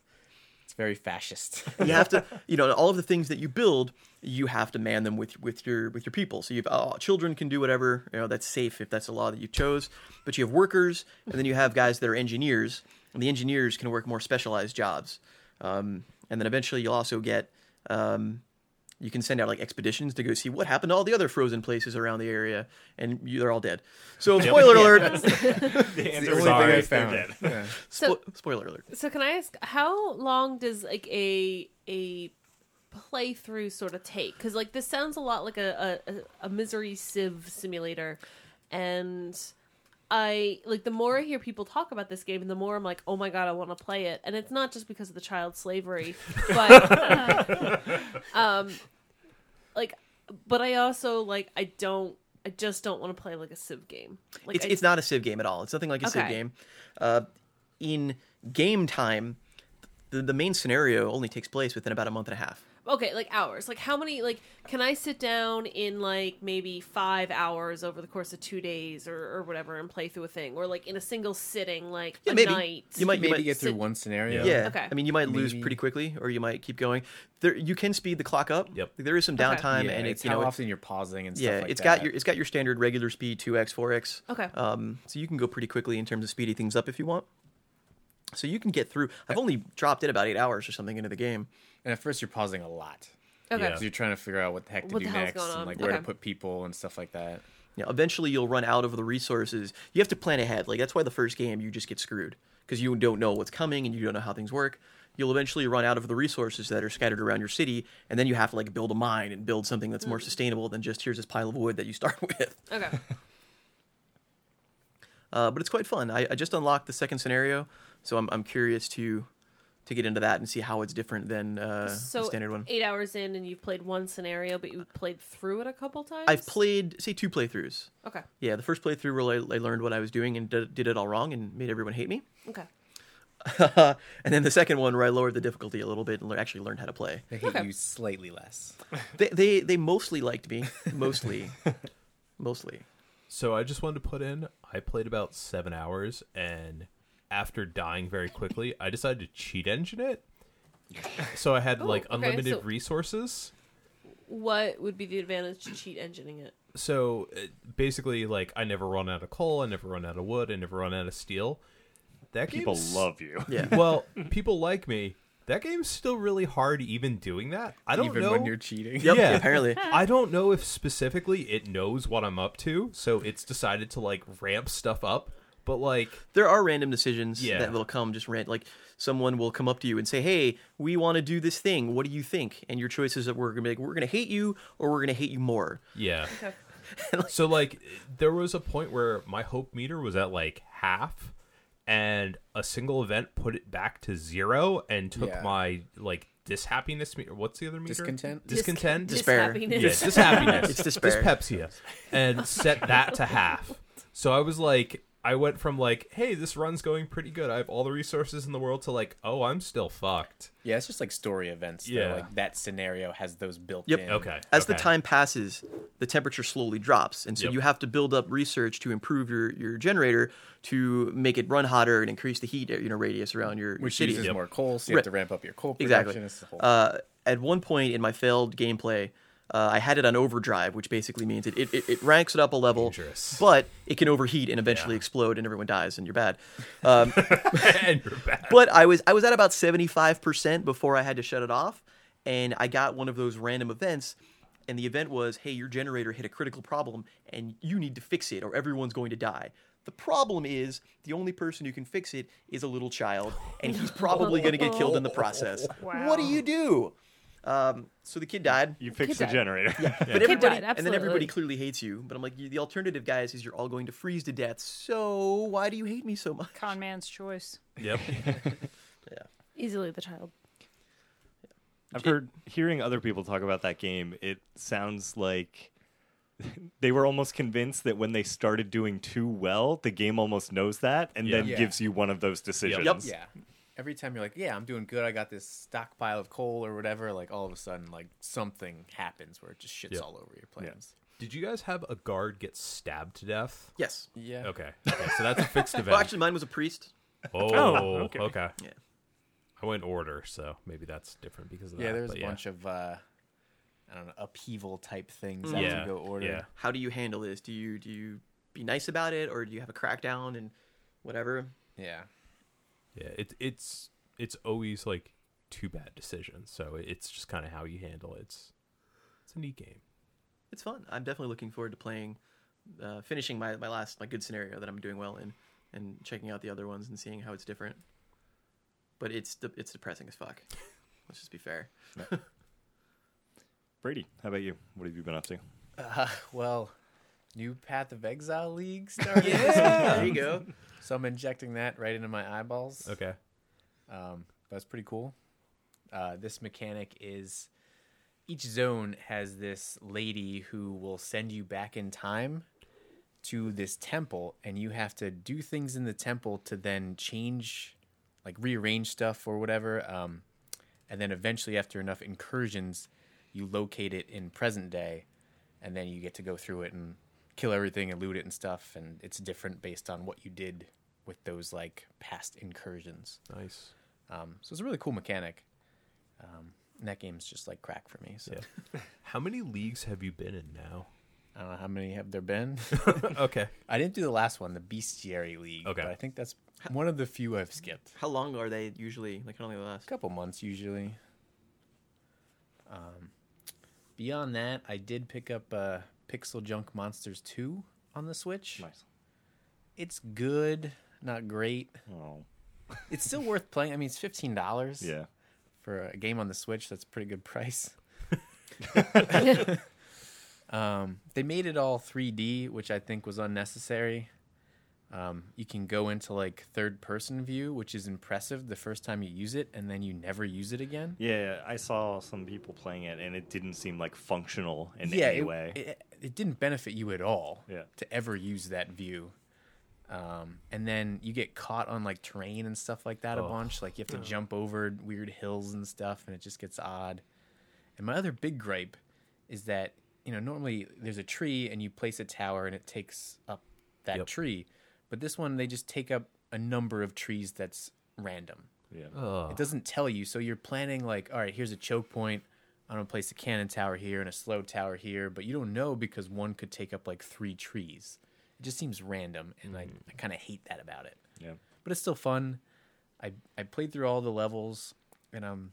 S7: it's very fascist.
S5: you have to you know all of the things that you build you have to man them with with your with your people so you've uh, children can do whatever you know that's safe if that's a law that you chose but you have workers and then you have guys that are engineers and the engineers can work more specialized jobs um, and then eventually you'll also get um, you can send out like expeditions to go see what happened to all the other frozen places around the area and you, they're all dead so spoiler alert
S4: The
S7: It's
S4: answer
S7: the
S4: is
S7: only thing I
S4: always they're
S7: found.
S4: dead.
S7: Yeah.
S2: So
S5: spoiler alert
S2: so can I ask how long does like a a playthrough sort of take? Because like this sounds a lot like a a, a- a misery civ simulator, and I like the more I hear people talk about this game, the more I'm like, oh my god, I want to play it. And it's not just because of the child slavery, but um, like, but I also like I don't. I just don't want to play like a Civ game. Like
S5: it's
S2: I,
S5: it's not a Civ game at all. It's nothing like a Civ
S2: Okay.
S5: game. Uh, in game time, the, the main scenario only takes place within about a month and a half.
S2: okay like hours like how many like can i sit down in like maybe five hours over the course of two days or, or whatever and play through a thing or like in a single sitting like
S5: Yeah,
S2: a
S5: maybe.
S2: night
S5: You might-
S7: Maybe get through
S2: sit-
S7: one scenario.
S5: Yeah.
S2: Okay.
S5: I mean, you might lose
S7: Maybe.
S5: pretty quickly, or you might keep going. There, you can speed the clock up.
S3: Yep.
S5: There is some
S2: Okay.
S5: downtime,
S7: Yeah,
S5: and
S7: it's
S5: it's you know,
S7: how
S5: it-
S7: often you're pausing and
S5: yeah,
S7: stuff like
S5: it's
S7: that.
S5: got your it's got your standard regular speed, two x, four x.
S2: okay
S5: Um, so you can go pretty quickly in terms of speeding things up if you want. So you can get through. I've only dropped in about eight hours or something into the game.
S7: and at first you're pausing a lot.
S2: okay
S3: Yeah.
S7: So you're trying to figure out what the heck to
S2: What
S7: do
S2: the hell's
S7: next
S2: going
S7: and
S2: on?
S7: like where to
S2: Okay.
S7: put people and stuff like that.
S5: You know, eventually you'll run out of the resources. You have to plan ahead. Like that's why the first game you just get screwed because you don't know what's coming and you don't know how things work. You'll eventually run out of the resources that are scattered around your city, and then you have to like build a mine and build something that's more sustainable than just here's this pile of wood that you start with.
S2: okay
S5: Uh, but it's quite fun. I, I just unlocked the second scenario, so I'm, I'm curious to to get into that and see how it's different than uh,
S2: so
S5: the standard one.
S2: eight hours in and you've played one scenario but you played through it a couple times
S5: I've played say two playthroughs.
S2: okay
S5: Yeah, the first playthrough where I, I learned what I was doing and did, did it all wrong and made everyone hate me.
S2: okay
S5: and then the second one where I lowered the difficulty a little bit and lear- actually learned how to play.
S7: They hate
S2: Okay.
S7: you slightly less.
S5: They they, they mostly liked me, mostly, mostly.
S3: So I just wanted to put in, I played about seven hours, and after dying very quickly, I decided to cheat engine it. So I had
S2: Oh,
S3: like
S2: okay,
S3: unlimited
S2: so-
S3: resources.
S2: what would be the advantage to cheat engineering it
S3: So uh, basically, like I never run out of coal, I never run out of wood, I never run out of steel. That
S4: People
S3: game's-
S4: love you.
S5: Yeah.
S3: Well, people like me. That game's still really hard, even doing that. I don't
S7: even
S3: know.
S7: when you're cheating.
S5: Yep,
S3: Yeah.
S5: Apparently.
S3: I don't know if specifically it knows what I'm up to, so it's decided to like ramp stuff up. But like,
S5: there are random decisions
S3: Yeah.
S5: that will come just ran like someone will come up to you and say hey we want to do this thing what do you think and your choices that we're gonna make we're gonna hate you or we're gonna hate you more
S3: yeah. so like, there was a point where my hope meter was at like half, and a single event put it back to zero and took
S7: Yeah.
S3: my like dishappiness meter. What's the other meter?
S7: Discontent?
S3: Discontent.
S2: Dis-
S5: Despair.
S2: dishappiness.
S3: Yeah, dishappiness.
S5: It's despair.
S3: Dyspepsia. And set that to half. So I was like, I went from like, hey, this run's going pretty good. I have all the resources in the world to like, oh, I'm still fucked.
S7: Yeah, it's just like story events. though,
S3: Yeah.
S7: Like that scenario has those built
S5: Yep.
S7: in.
S3: Okay.
S5: as the
S3: okay.
S5: time passes the temperature slowly drops and so
S3: Yep.
S5: you have to build up research to improve your, your generator to make it run hotter and increase the heat you know radius around your, your
S7: Which
S5: city
S7: uses more coal, so you have to ramp up your coal production.
S5: exactly.
S7: It's the whole-
S5: Uh, at one point in my failed gameplay, uh, I had it on overdrive, which basically means it, it, it- it ranks it up a level,
S3: Dangerous.
S5: but it can overheat and eventually explode, and everyone dies, and you're bad. Um,
S3: and you're back.
S5: but I was I was at about seventy five percent before I had to shut it off, and I got one of those random events, and the event was, hey, your generator hit a critical problem, and you need to fix it, or everyone's going to die. The problem is the only person who can fix it is a little child, and he's probably going to get killed in the process. What do
S6: Wow.
S5: you do? Um, so the kid died.
S4: You fixed the
S2: died.
S4: generator.
S5: But everybody,
S2: died,
S5: and then everybody
S2: absolutely.
S5: clearly hates you. But I'm like, the alternative, guys, is you're all going to freeze to death. So why do you hate me so much?
S6: Con man's choice.
S3: Yep.
S2: easily the child
S4: I've heard hearing other people talk about that game, it sounds like they were almost convinced that when they started doing too well, the game almost knows that and then
S7: Yeah.
S4: gives you one of those decisions.
S7: yeah. Every time you're like, yeah, I'm doing good. I got this stockpile of coal or whatever. Like all of a sudden, like something happens where it just shits
S3: Yep.
S7: all over your plans.
S3: Did you guys have a guard get stabbed to death?
S5: Yes.
S7: Yeah.
S3: Okay. okay so that's a fixed event.
S5: Well, actually, mine was a priest.
S3: oh,
S1: Oh, okay.
S3: okay.
S5: Yeah.
S3: I went order, so maybe that's different because of that.
S7: Yeah, there's
S3: but
S7: a bunch of uh, I don't know upheaval type things that
S3: yeah.
S7: you go order.
S3: Yeah.
S5: How do you handle this? Do you do you be nice about it, or do you have a crackdown and whatever?
S7: Yeah.
S3: Yeah, it, it's it's always like two bad decisions, so it's just kind of how you handle it. It's it's a neat game.
S5: It's fun. I'm definitely looking forward to playing, uh, finishing my, my last my good scenario that I'm doing well in, and checking out the other ones and seeing how it's different. But it's de- it's depressing as fuck. Let's just be fair.
S4: Brady, how about you? What have you been up to?
S7: Well, new Path of Exile League started.
S5: there you go.
S7: So I'm injecting that right into my eyeballs.
S3: Okay.
S7: Um, that's pretty cool. Uh, this mechanic is each zone has this lady who will send you back in time to this temple, and you have to do things in the temple to then change, like rearrange stuff or whatever. Um, and then eventually, after enough incursions, you locate it in present day, and then you get to go through it and kill everything and loot it and stuff. And it's different based on what you did with those like past incursions.
S3: Nice.
S7: Um, so it's a really cool mechanic. Um, and that game's just like crack for me. So
S3: Yeah. How many leagues have you been in now?
S7: I don't know how many have there been.
S3: okay.
S7: I didn't do the last one, the Bestiary League.
S3: Okay.
S7: But I think that's one of the few I've skipped.
S5: How long are they usually? Like how long do they
S7: A
S5: last?
S7: couple months usually. Um, beyond that, I did pick up uh, Pixel Junk Monsters 2 on the Switch.
S4: Nice.
S7: It's good, not great.
S4: Oh,
S7: It's still worth playing. I mean, it's $15
S4: yeah.
S7: for a game on the Switch. That's a pretty good price. um, they made it all 3D, which I think was unnecessary. Um, you can go into like third person view, which is impressive the first time you use it, and then you never use it again.
S4: Yeah, I saw some people playing it, and it didn't seem like functional in
S7: yeah,
S4: any
S7: it,
S4: way.
S7: It, it didn't benefit you at all
S4: Yeah.
S7: to ever use that view. Um, and then you get caught on like terrain and stuff like that
S4: Oh.
S7: a bunch. Like you have to jump over weird hills and stuff, and it just gets odd. And my other big gripe is that you know normally there's a tree and you place a tower and it takes up that
S3: Yep.
S7: tree, but this one they just take up a number of trees that's random.
S4: yeah.
S3: Oh,
S7: It doesn't tell you. So you're planning like, all right, here's a choke point. I'm gonna place a cannon tower here and a slow tower here, but you don't know because one could take up like three trees. It just seems random, and I, I kind of hate that about it.
S4: Yeah.
S7: But it's still fun. I I played through all the levels, and I'm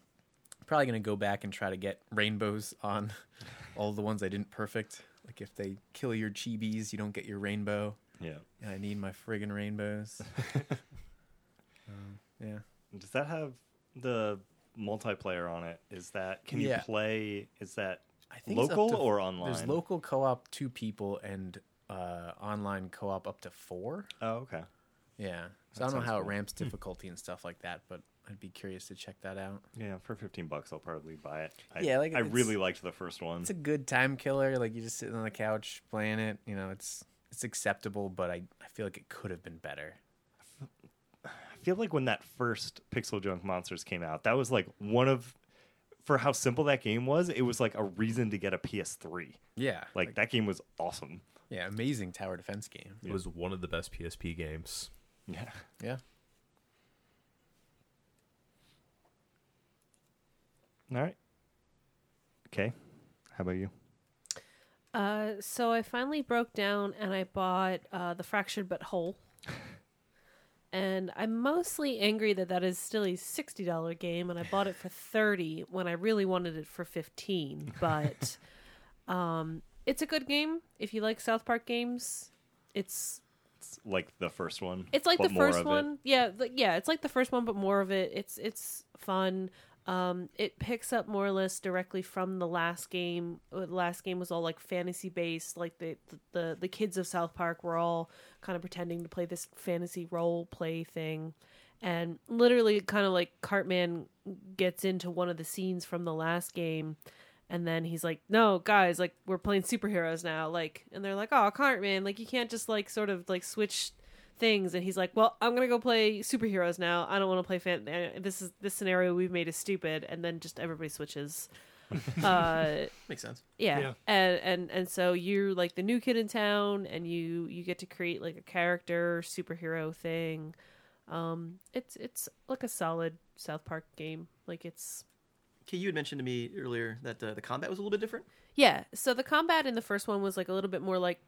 S7: probably gonna go back and try to get rainbows on all the ones I didn't perfect. Like if they kill your chibis, you don't get your rainbow,
S4: Yeah.
S7: and I need my friggin' rainbows. Um, yeah.
S4: Does that have the multiplayer on it? Is that can
S7: Yeah.
S4: you play? Is that
S7: I think it's up
S4: local
S7: to-
S4: or online?
S7: There's local co-op two people and uh, online co-op up to four.
S4: Oh, okay.
S7: Yeah, so I don't know
S4: sounds
S7: how it
S4: cool. Hmm.
S7: ramps difficulty and stuff like that, but I'd be curious to check that out.
S4: Yeah, for fifteen bucks, I'll probably buy it. I,
S7: Yeah, like,
S4: I
S7: it's-
S4: really liked the first one.
S7: It's a good time killer. Like you're just sitting on the couch playing it. You know, it's it's acceptable, but I I feel like it could have been better.
S4: I feel like when that first Pixel Junk Monsters came out, that was like one of for how simple that game was. It was like a reason to get a PS3.
S7: Yeah,
S4: Like that game was awesome.
S7: yeah, amazing tower defense game.
S3: it was one of the best PSP games.
S4: Yeah.
S7: Yeah,
S4: All right. Okay. How about you?
S2: Uh, so I finally broke down and I bought uh, the fractured but whole. and I'm mostly angry that that is still a sixty dollar game, and I bought it for thirty when I really wanted it for fifteen. But um, it's a good game if you like South Park games. It's
S4: It's like the first one.
S2: it's like
S4: but
S2: the
S4: more
S2: first
S4: of it.
S2: one. Yeah, th- yeah, it's like the first one, but more of it. It's it's fun. Um, it picks up more or less directly from the last game. Uh, The last game was all like fantasy based. Like the, the the kids of South Park were all kind of pretending to play this fantasy role play thing, and literally kind of like Cartman gets into one of the scenes from the last game. And then he's like, "No, guys, like we're playing superheroes now." Like, and they're like, "Oh, Cartman, like you can't just like sort of like switch things and he's like well i'm gonna go play superheroes now i don't want to play fan uh, this is this scenario we've made is stupid and then just everybody switches uh
S5: Makes sense.
S2: yeah.
S1: Yeah.
S2: and and and so you're like the new kid in town and you you get to create like a character superhero thing um it's it's like a solid south park game like it's
S5: Okay, you had mentioned to me earlier that uh, the combat was a little bit different.
S2: yeah so the combat in the first one was like a little bit more like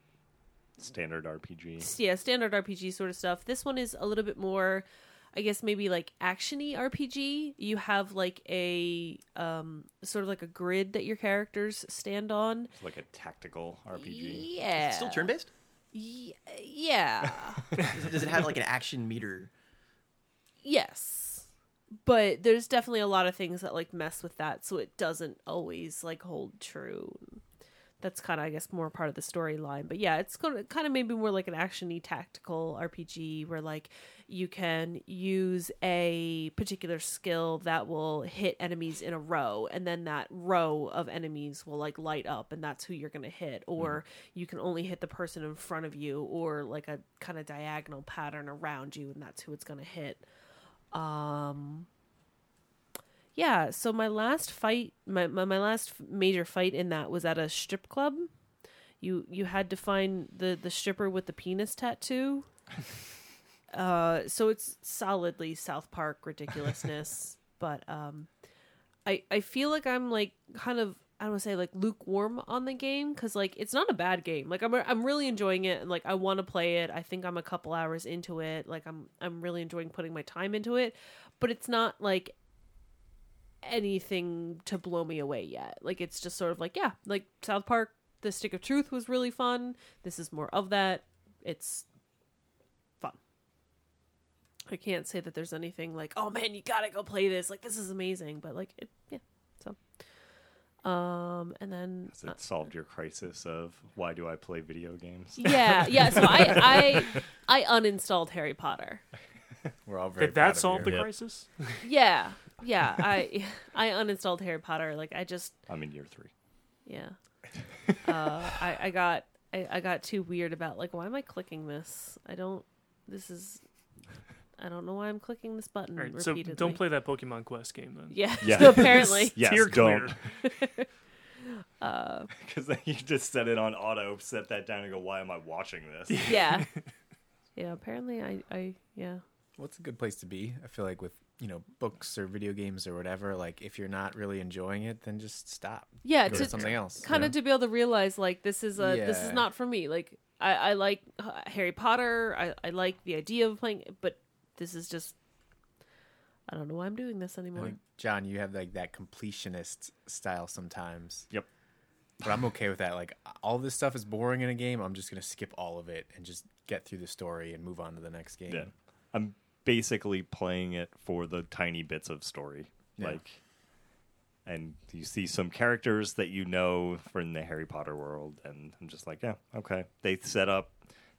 S4: Standard RPG.
S2: yeah standard rpg sort of stuff this one is a little bit more i guess maybe like actiony rpg you have like a um sort of like a grid that your characters stand on
S4: It's like a tactical RPG.
S2: yeah
S5: It's still turn based.
S2: Ye- yeah
S5: Does it have like an action meter?
S2: yes but there's definitely a lot of things that like mess with that so it doesn't always like hold true that's kind of i guess more part of the storyline but yeah it's gonna kind of maybe more like an actiony tactical rpg where like you can use a particular skill that will hit enemies in a row and then that row of enemies will like light up and that's who you're gonna hit or you can only hit the person in front of you or like a kind of diagonal pattern around you and that's who it's gonna hit um yeah so my last fight my, my, my last major fight in that was at a strip club you you had to find the the stripper with the penis tattoo uh so it's solidly south park ridiculousness but um i i feel like i'm like kind of I don't want to say like lukewarm on the game because like it's not a bad game. Like I'm I'm really enjoying it and like I want to play it. I think I'm a couple hours into it. Like I'm I'm really enjoying putting my time into it, but it's not like anything to blow me away yet. Like it's just sort of like yeah, like South Park, The Stick of Truth was really fun. This is more of that. It's fun. I can't say that there's anything like oh man, you gotta go play this. Like this is amazing, but like it, yeah. So, um, and then
S4: Has it solved your crisis of why do I play video games?
S2: uh, Yeah, yeah. So I, I, I uninstalled Harry Potter.
S7: We're all very.
S1: Did
S7: proud
S1: that
S7: of
S1: solve
S7: you.
S1: the crisis?
S2: Mm, Yeah, yeah. I, I uninstalled Harry Potter. Like I just,
S4: I'm in year three.
S2: yeah. Uh, I, I got, I, I got too weird about like, why am I clicking this? I don't. This is, I don't know why I'm clicking this button
S1: All right, so
S2: repeatedly.
S1: don't play that Pokemon Quest game then.
S2: Yeah.
S4: Yeah.
S2: So apparently. uh,
S4: Yes,
S1: Steer clear.
S4: don't. Because then you just set it on auto, set that down, and go, why am I watching this?
S2: yeah. Yeah. Apparently, I, I, yeah.
S7: Well, it's a good place to be. I feel like with you know books or video games or whatever, like if you're not really enjoying it, then just stop.
S2: Yeah.
S7: Go
S2: to-
S7: to something else.
S2: kind of to be able to realize like this is a this is
S7: Yeah.
S2: not for me like i i like H- harry potter i i like the idea of playing but this is just i don't know why i'm doing this
S7: I
S2: anymore
S7: think, John, you have like that completionist style sometimes,
S4: Yep.
S7: but I'm okay with that. Like all this stuff is boring in a game. I'm just gonna skip all of it and just get through the story and move on to the next game.
S4: Yeah. I'm basically playing it for the tiny bits of story.
S7: Yeah.
S4: Like and you see some characters that you know from the Harry Potter world and I'm just like, yeah, okay. They set up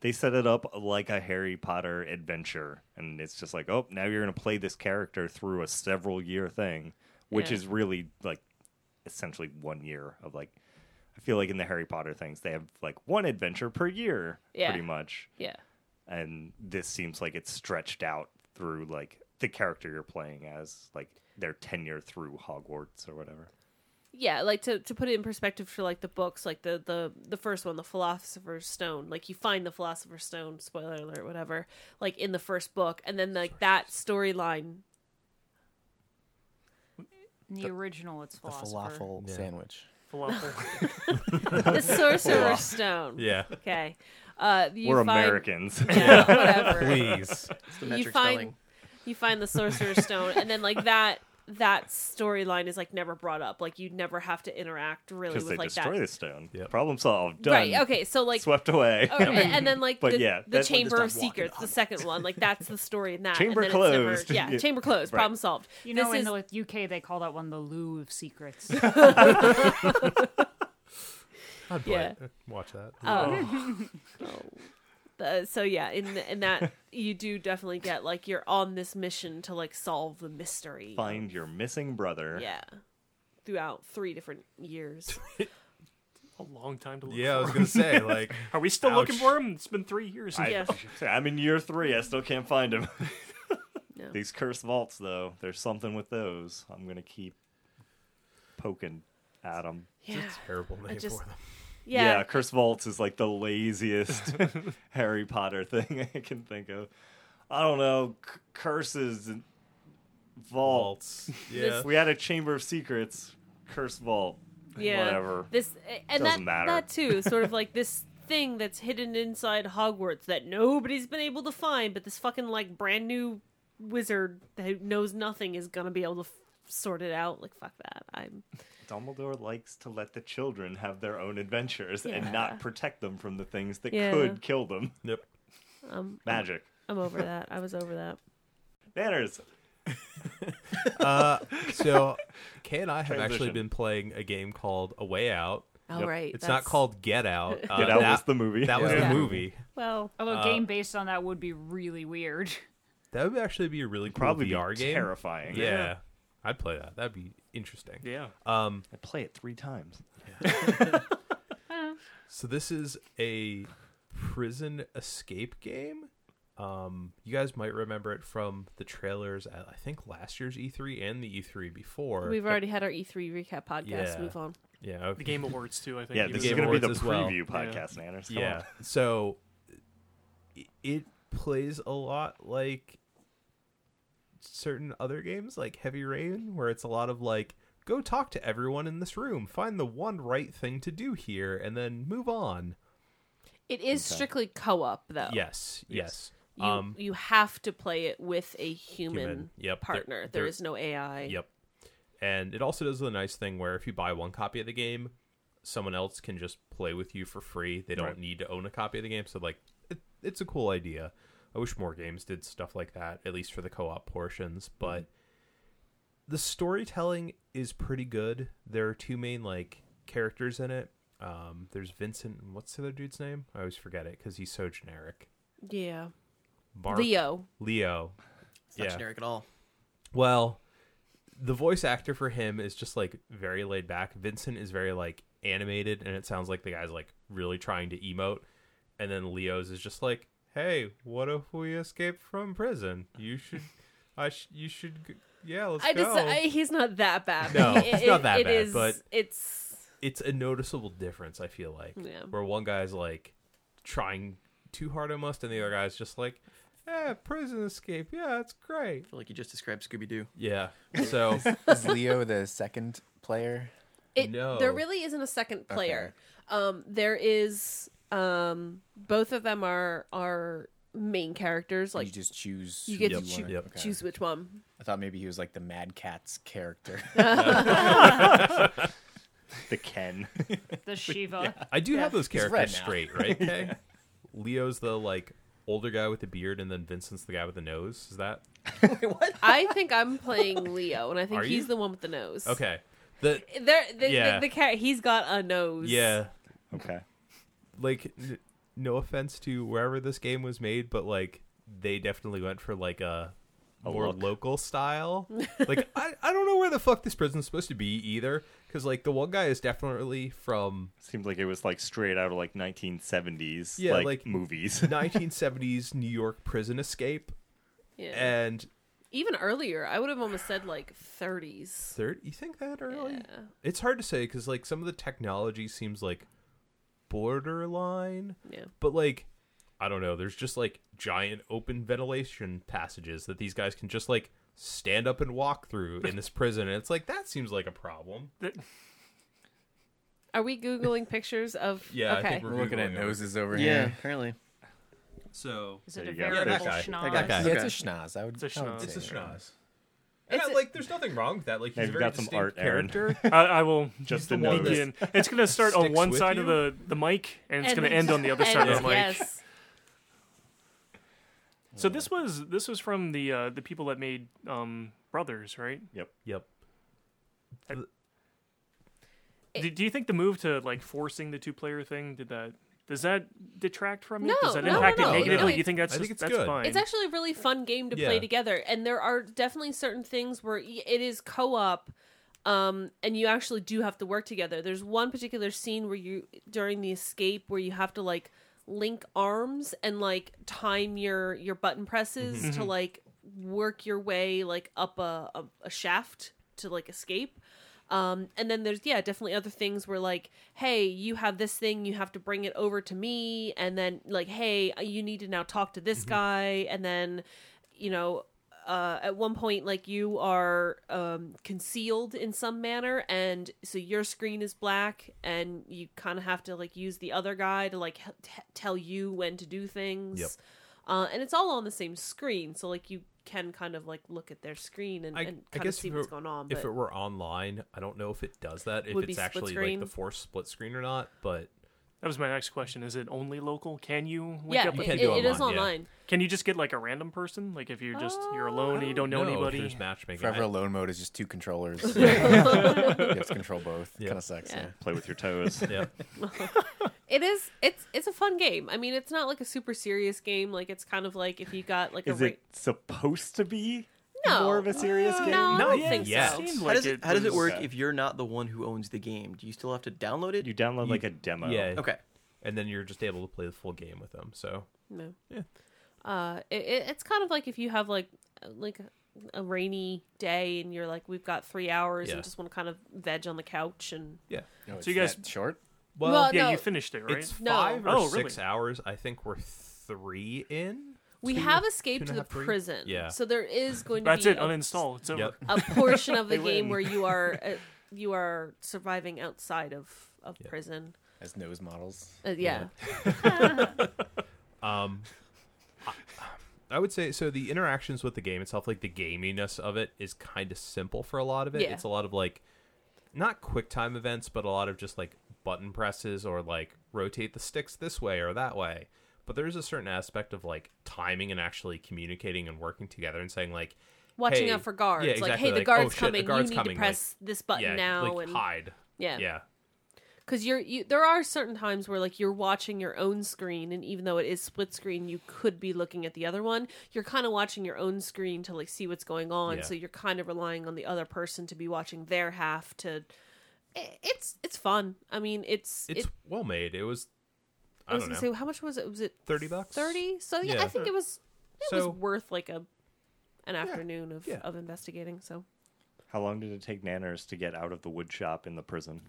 S4: they set it up like a Harry Potter adventure and it's just like, oh, now you're going to play this character through a several year thing, which
S2: Yeah.
S4: is really like essentially one year of like I feel like in the Harry Potter things they have like one adventure per year
S2: Yeah.
S4: pretty much
S2: yeah
S4: and this seems like it's stretched out through like the character you're playing as like their tenure through hogwarts or whatever
S2: yeah like to, to put it in perspective for like the books like the the the first one the philosopher's stone like you find the philosopher's stone spoiler alert whatever like in the first book and then like that storyline
S6: In the, original, it's
S7: The
S6: philosopher.
S7: falafel sandwich.
S1: Falafel.
S2: the sorcerer's stone
S3: Yeah.
S2: okay uh you
S4: we're
S2: find-
S4: americans
S2: yeah, whatever
S7: Please.
S5: It's the metric
S2: you find
S5: spelling.
S2: you find the sorcerer's stone and then like that that storyline is like never brought up like you never have to interact really
S4: because
S2: with
S4: they
S2: like
S4: destroy
S2: that
S4: the stone
S3: Yep.
S4: problem solved done
S2: right okay so like
S4: swept away
S2: or- and then like
S4: But
S2: the,
S4: yeah,
S2: the
S4: that one
S2: chamber of
S4: just don't walk
S2: secrets the second one like that's the story in that
S4: Chamber
S2: and then it's never-
S4: closed.
S2: yeah
S4: Yeah.
S2: chamber closed
S4: Right.
S2: problem solved
S6: You know,
S2: this
S6: in
S2: is
S6: the UK, they call that one the Lou of Secrets.
S3: I'd play
S2: Yeah.
S3: it. Watch that.
S2: oh. Uh, so yeah, in in that you do definitely get like you're on this mission to like solve the mystery.
S4: find your missing brother
S2: Yeah, throughout three different years.
S1: a long time to look for
S3: Yeah, I was
S1: him.
S3: gonna say like
S1: Are we still looking
S3: Ouch.
S1: for him? It's been three years.
S4: I,
S2: Yeah.
S4: i'm in year three i still can't find him
S2: No.
S4: these cursed vaults though there's something with those i'm gonna keep poking at them
S2: Yeah,
S3: terrible name
S2: just-
S3: for them.
S4: Yeah.
S2: yeah,
S4: Curse Vaults is like the laziest Harry Potter thing I can think of. I don't know, c- curses and vault.
S3: Vaults. Yeah.
S4: We had a Chamber of Secrets, Curse Vault,
S2: yeah.
S4: whatever.
S2: This and
S4: Doesn't
S2: that
S4: matter.
S2: that too, sort of like this thing that's hidden inside Hogwarts that nobody's been able to find, but this fucking like brand new wizard who knows nothing is gonna be able to f- sort it out. Like fuck that. I'm
S4: Dumbledore likes to let the children have their own adventures
S2: Yeah.
S4: and not protect them from the things that
S2: Yeah.
S4: could kill them.
S3: Yep.
S2: um
S4: Magic.
S2: I'm over that. I was over that.
S4: Manners.
S3: Uh, so Kay and I have actually
S4: Transition.
S3: been playing a game called A Way Out.
S2: All
S4: Yep.
S2: right.
S3: It's not
S2: that's-
S3: called Get Out. Uh,
S4: Get Out
S3: that,
S4: was the movie.
S3: That was
S6: Yeah.
S3: the movie.
S2: Well,
S6: Although a game based on that would be really weird.
S3: That would actually be a really cool
S4: Probably be
S3: VR game.
S4: terrifying.
S3: Yeah.
S1: Yeah.
S3: I'd play that. That'd be interesting.
S1: Yeah.
S3: Um,
S4: I play it three times.
S3: so this is a prison escape game. Um, you guys might remember it from the trailers at I think last year's E3 and the E3 before.
S2: we've already had our E3 recap podcast.
S3: Yeah.
S2: Move on.
S3: yeah, okay.
S1: The Game Awards too. I think.
S4: Yeah,
S1: he
S4: this
S1: was
S4: is
S3: Game
S1: in.
S4: going to be
S3: Awards
S4: the
S3: as well.
S4: preview
S1: Yeah.
S4: podcast, Nanners. Come
S3: yeah.
S4: on.
S3: So i- it plays a lot like certain other games like Heavy Rain where it's a lot of like go talk to everyone in this room, find the one right thing to do here and then move on.
S2: It is strictly co-op though.
S3: Yes. Yes.
S2: Uh, You,
S3: um
S2: you have to play it with a human,
S3: Human. Yep. There-
S2: partner.
S3: there-
S2: there is no AI.
S3: yep. And it also does the nice thing where if you buy one copy of the game, someone else can just play with you for free. They don't
S1: Right.
S3: need to own a copy of the game. So like it, it's a cool idea. I wish more games did stuff like that, at least for the co-op portions, but the storytelling is pretty good. There are two main like characters in it. Um, there's Vincent. and What's the other dude's name? I always forget it because he's so generic.
S2: Yeah.
S3: Bar-
S2: Leo.
S3: Leo.
S5: It's not generic at all.
S3: Well, the voice actor for him is just like very laid back. Vincent is very like animated, and it sounds like the guy's like really trying to emote. And then Leo's is just like, "Hey, what if we escape from prison? You should, I, sh- you should, g- yeah, let's
S2: I
S3: go."
S2: just I, he's not that bad.
S3: No,
S2: He-
S3: it's not that
S2: it
S3: bad,
S2: is-
S3: but-
S2: it's
S3: it's a noticeable difference. I feel like
S2: Yeah.
S3: where one guy's like trying too hard almost, and the other guy's just like, "Yeah, prison escape. Yeah, it's great."
S5: I feel like you just described Scooby Doo.
S3: Yeah. So
S7: Is Leo the second player?
S2: it
S3: No.
S2: there really isn't a second player. Um there is um both of them are are main characters like
S7: you just choose.
S2: you
S7: who
S2: get to
S3: Yep.
S2: choo-
S7: wanna-
S3: Yep.
S7: okay.
S2: choose which one.
S7: I thought maybe he was like the Mad Cat's character.
S4: The Ken.
S6: The Shiva.
S3: I do have those
S7: He's red
S3: characters
S7: now.
S3: straight, right? Okay. Leo's the like older guy with the beard, and then Vincent's the guy with the nose. Is that
S2: I think I'm playing Leo and I think
S3: Are
S2: he's
S3: you?
S2: the one with the nose.
S3: okay? The
S2: There the,
S3: Yeah.
S2: the, the cat he's got a nose.
S3: yeah,
S4: Okay.
S3: like n- no offense to wherever this game was made, but like they definitely went for like a,
S4: A
S3: more
S4: look.
S3: local style. like I, I don't know where the fuck this prison's supposed to be either, because like the one guy is definitely from
S4: Seems like it was like straight out of like 1970s
S3: Yeah,
S4: like,
S3: like-
S4: movies.
S3: 1970s New York prison escape,
S2: Yeah.
S3: and
S2: Even earlier, I would have almost said like 30s.
S3: third you think that early
S2: Yeah.
S3: it's hard to say because like some of the technology seems like borderline
S2: Yeah.
S3: but like i don't know there's just like giant open ventilation passages that these guys can just like stand up and walk through in this prison and it's like that seems like a problem
S2: Are we googling pictures of
S3: yeah
S2: okay.
S3: i think we're,
S7: We're looking at
S3: Googling it.
S7: noses over
S5: Yeah,
S7: here.
S5: apparently.
S3: so
S6: Is
S4: There
S6: it a
S4: you go. Yeah, that
S6: veritable
S3: guy.
S6: schnoz?
S3: That guy.
S7: Yeah, it's a
S5: Okay.
S7: schnoz. I would.
S1: It's a
S7: I would
S1: schnoz.
S7: say
S3: it's a
S7: that.
S3: schnoz and
S2: It's
S3: I,
S2: a-
S3: like there's nothing wrong with that like he's
S4: Maybe
S3: a very
S4: got some
S3: distinct
S4: art, Aaron.
S3: character
S1: I, I will
S4: Just
S1: the
S4: to know this.
S1: in. It's gonna start on
S3: Sticks
S1: one
S3: with
S1: side of
S3: you?
S1: the the mic, and it's
S2: And
S1: gonna
S2: then-
S1: end on the other
S2: and
S1: side of
S2: then-
S1: the mic.
S2: Yes.
S1: So this was this was from the uh, the people that made um, Brothers, right?
S3: yep
S1: do, do you think the move to like forcing the two player thing did that? Does that detract from it?
S2: No,
S1: does that
S2: no,
S1: impact
S2: no, no,
S1: it negatively?
S2: no.
S1: You think that's
S3: I think
S1: just,
S3: it's
S1: that's
S3: good.
S1: fine?
S2: It's actually a really fun game to
S3: Yeah.
S2: play together, and there are definitely certain things where y- it is co-op, um, and you actually do have to work together. There's one particular scene where you during the escape where you have to like link arms and like time your your button presses to like work your way like up a, a, a shaft to like escape. Um, and then there's yeah definitely other things where like hey you have this thing you have to bring it over to me and then like hey uh, you need to now talk to
S3: Mm-hmm.
S2: this guy and then you know uh, at one point like you are um, concealed in some manner and so your screen is black and you kind of have to like use the other guy to like h- t- tell you when to do things
S3: Yep.
S2: uh, and it's all on the same screen so like you can kind of like look at their screen and,
S3: I,
S2: and
S3: I
S2: kind of
S3: guess
S2: see
S3: if,
S2: what's
S3: it,
S2: going on
S3: if
S2: but
S3: it were online, I don't know if it does that. If
S2: Would be
S3: it's
S2: split
S3: actually like
S2: screen.
S3: the force split screen or not, but
S1: That was my next question. Is it only local? Can you link
S2: yeah,
S1: up
S2: it,
S1: with
S3: can
S2: it-
S3: do
S2: it is
S3: online, yeah.
S2: online.
S1: Can you just get like a random person? Like if you're just you're
S2: Oh.
S1: alone and you don't know
S3: No, if
S1: anybody.
S3: There's matchmaking.
S7: Forever
S3: I-
S7: alone mode is just two controllers. you have to control both. Kind of sucks. Yeah.
S2: Yeah.
S4: Play with your toes.
S3: yeah.
S2: It is. It's it's a fun game. I mean, it's not like a super serious game. Like it's kind of like if you got like
S4: Is
S2: a. ra-
S4: it supposed to be
S2: No. Uh,
S4: more of a serious game?
S2: No, I
S3: Not
S2: don't think
S3: yet.
S2: so.
S1: Seemed
S5: How
S1: like
S5: does it, how does it
S1: was-
S5: work
S4: Okay.
S5: if you're not the one who owns the game? Do you still have to download it?
S4: You download
S3: You-
S4: like a demo.
S3: Yeah.
S5: Okay.
S3: And then you're just able to play the full game with them. So
S2: No.
S3: Yeah.
S2: Uh, it, it, it's kind of like if you have like like a rainy day and you're like, we've got three hours
S3: Yeah.
S2: and just want to kind of veg on the couch and
S3: yeah.
S7: No,
S1: So you guys-
S7: it's that short?
S3: Well,
S2: Well,
S1: Yeah,
S2: No.
S1: you finished it, right?
S3: it's
S2: No.
S3: five or
S1: Oh, really?
S3: six hours. I think we're three in.
S2: we
S3: Two-
S2: have
S3: two
S2: escaped
S3: and
S2: to
S3: a
S2: the
S3: half, three?
S2: prison.
S3: Yeah.
S2: So there is going to
S1: That's
S2: be
S1: it.
S2: a-
S1: Uninstall. It's over.
S3: Yep.
S2: a portion of the game where you are uh, you are surviving outside of of prison.
S7: As nose models.
S2: Uh, yeah.
S3: I would say so. The interactions with the game itself, like the gaminess of it, is kind of simple for a lot of it.
S2: Yeah.
S3: It's a lot of like not quick time events, but a lot of just like button presses or like rotate the sticks this way or that way. But there is a certain aspect of like timing and actually communicating and working together and saying like
S2: Watching
S3: hey-
S2: out for guards.
S3: Yeah,
S2: Like,
S3: exactly,
S2: hey, the
S3: like,
S2: guard's
S3: oh, shit,
S2: coming.
S3: The guard's
S2: you need
S3: coming.
S2: to press this
S3: like,
S2: button
S3: yeah,
S2: now
S3: like
S2: and
S3: hide.
S2: yeah.
S3: yeah,
S2: because you're you, there are certain times where like you're watching your own screen and even though it is split screen you could be looking at the other one you're kind of watching your own screen to like see what's going on
S3: Yeah.
S2: so you're kind of relying on the other person to be watching their half to i- it's it's fun i mean it's
S3: It's
S2: it,
S3: well made. It was.
S2: i
S3: I
S2: was
S3: don't know.
S2: gonna say how much was it was it
S3: 30 bucks?
S2: 30 so yeah,
S3: Yeah.
S2: i think it was it
S3: So-
S2: was worth like a an afternoon of
S3: yeah.
S2: of investigating so
S4: How long did it take Nanners to get out of the wood shop in the prison?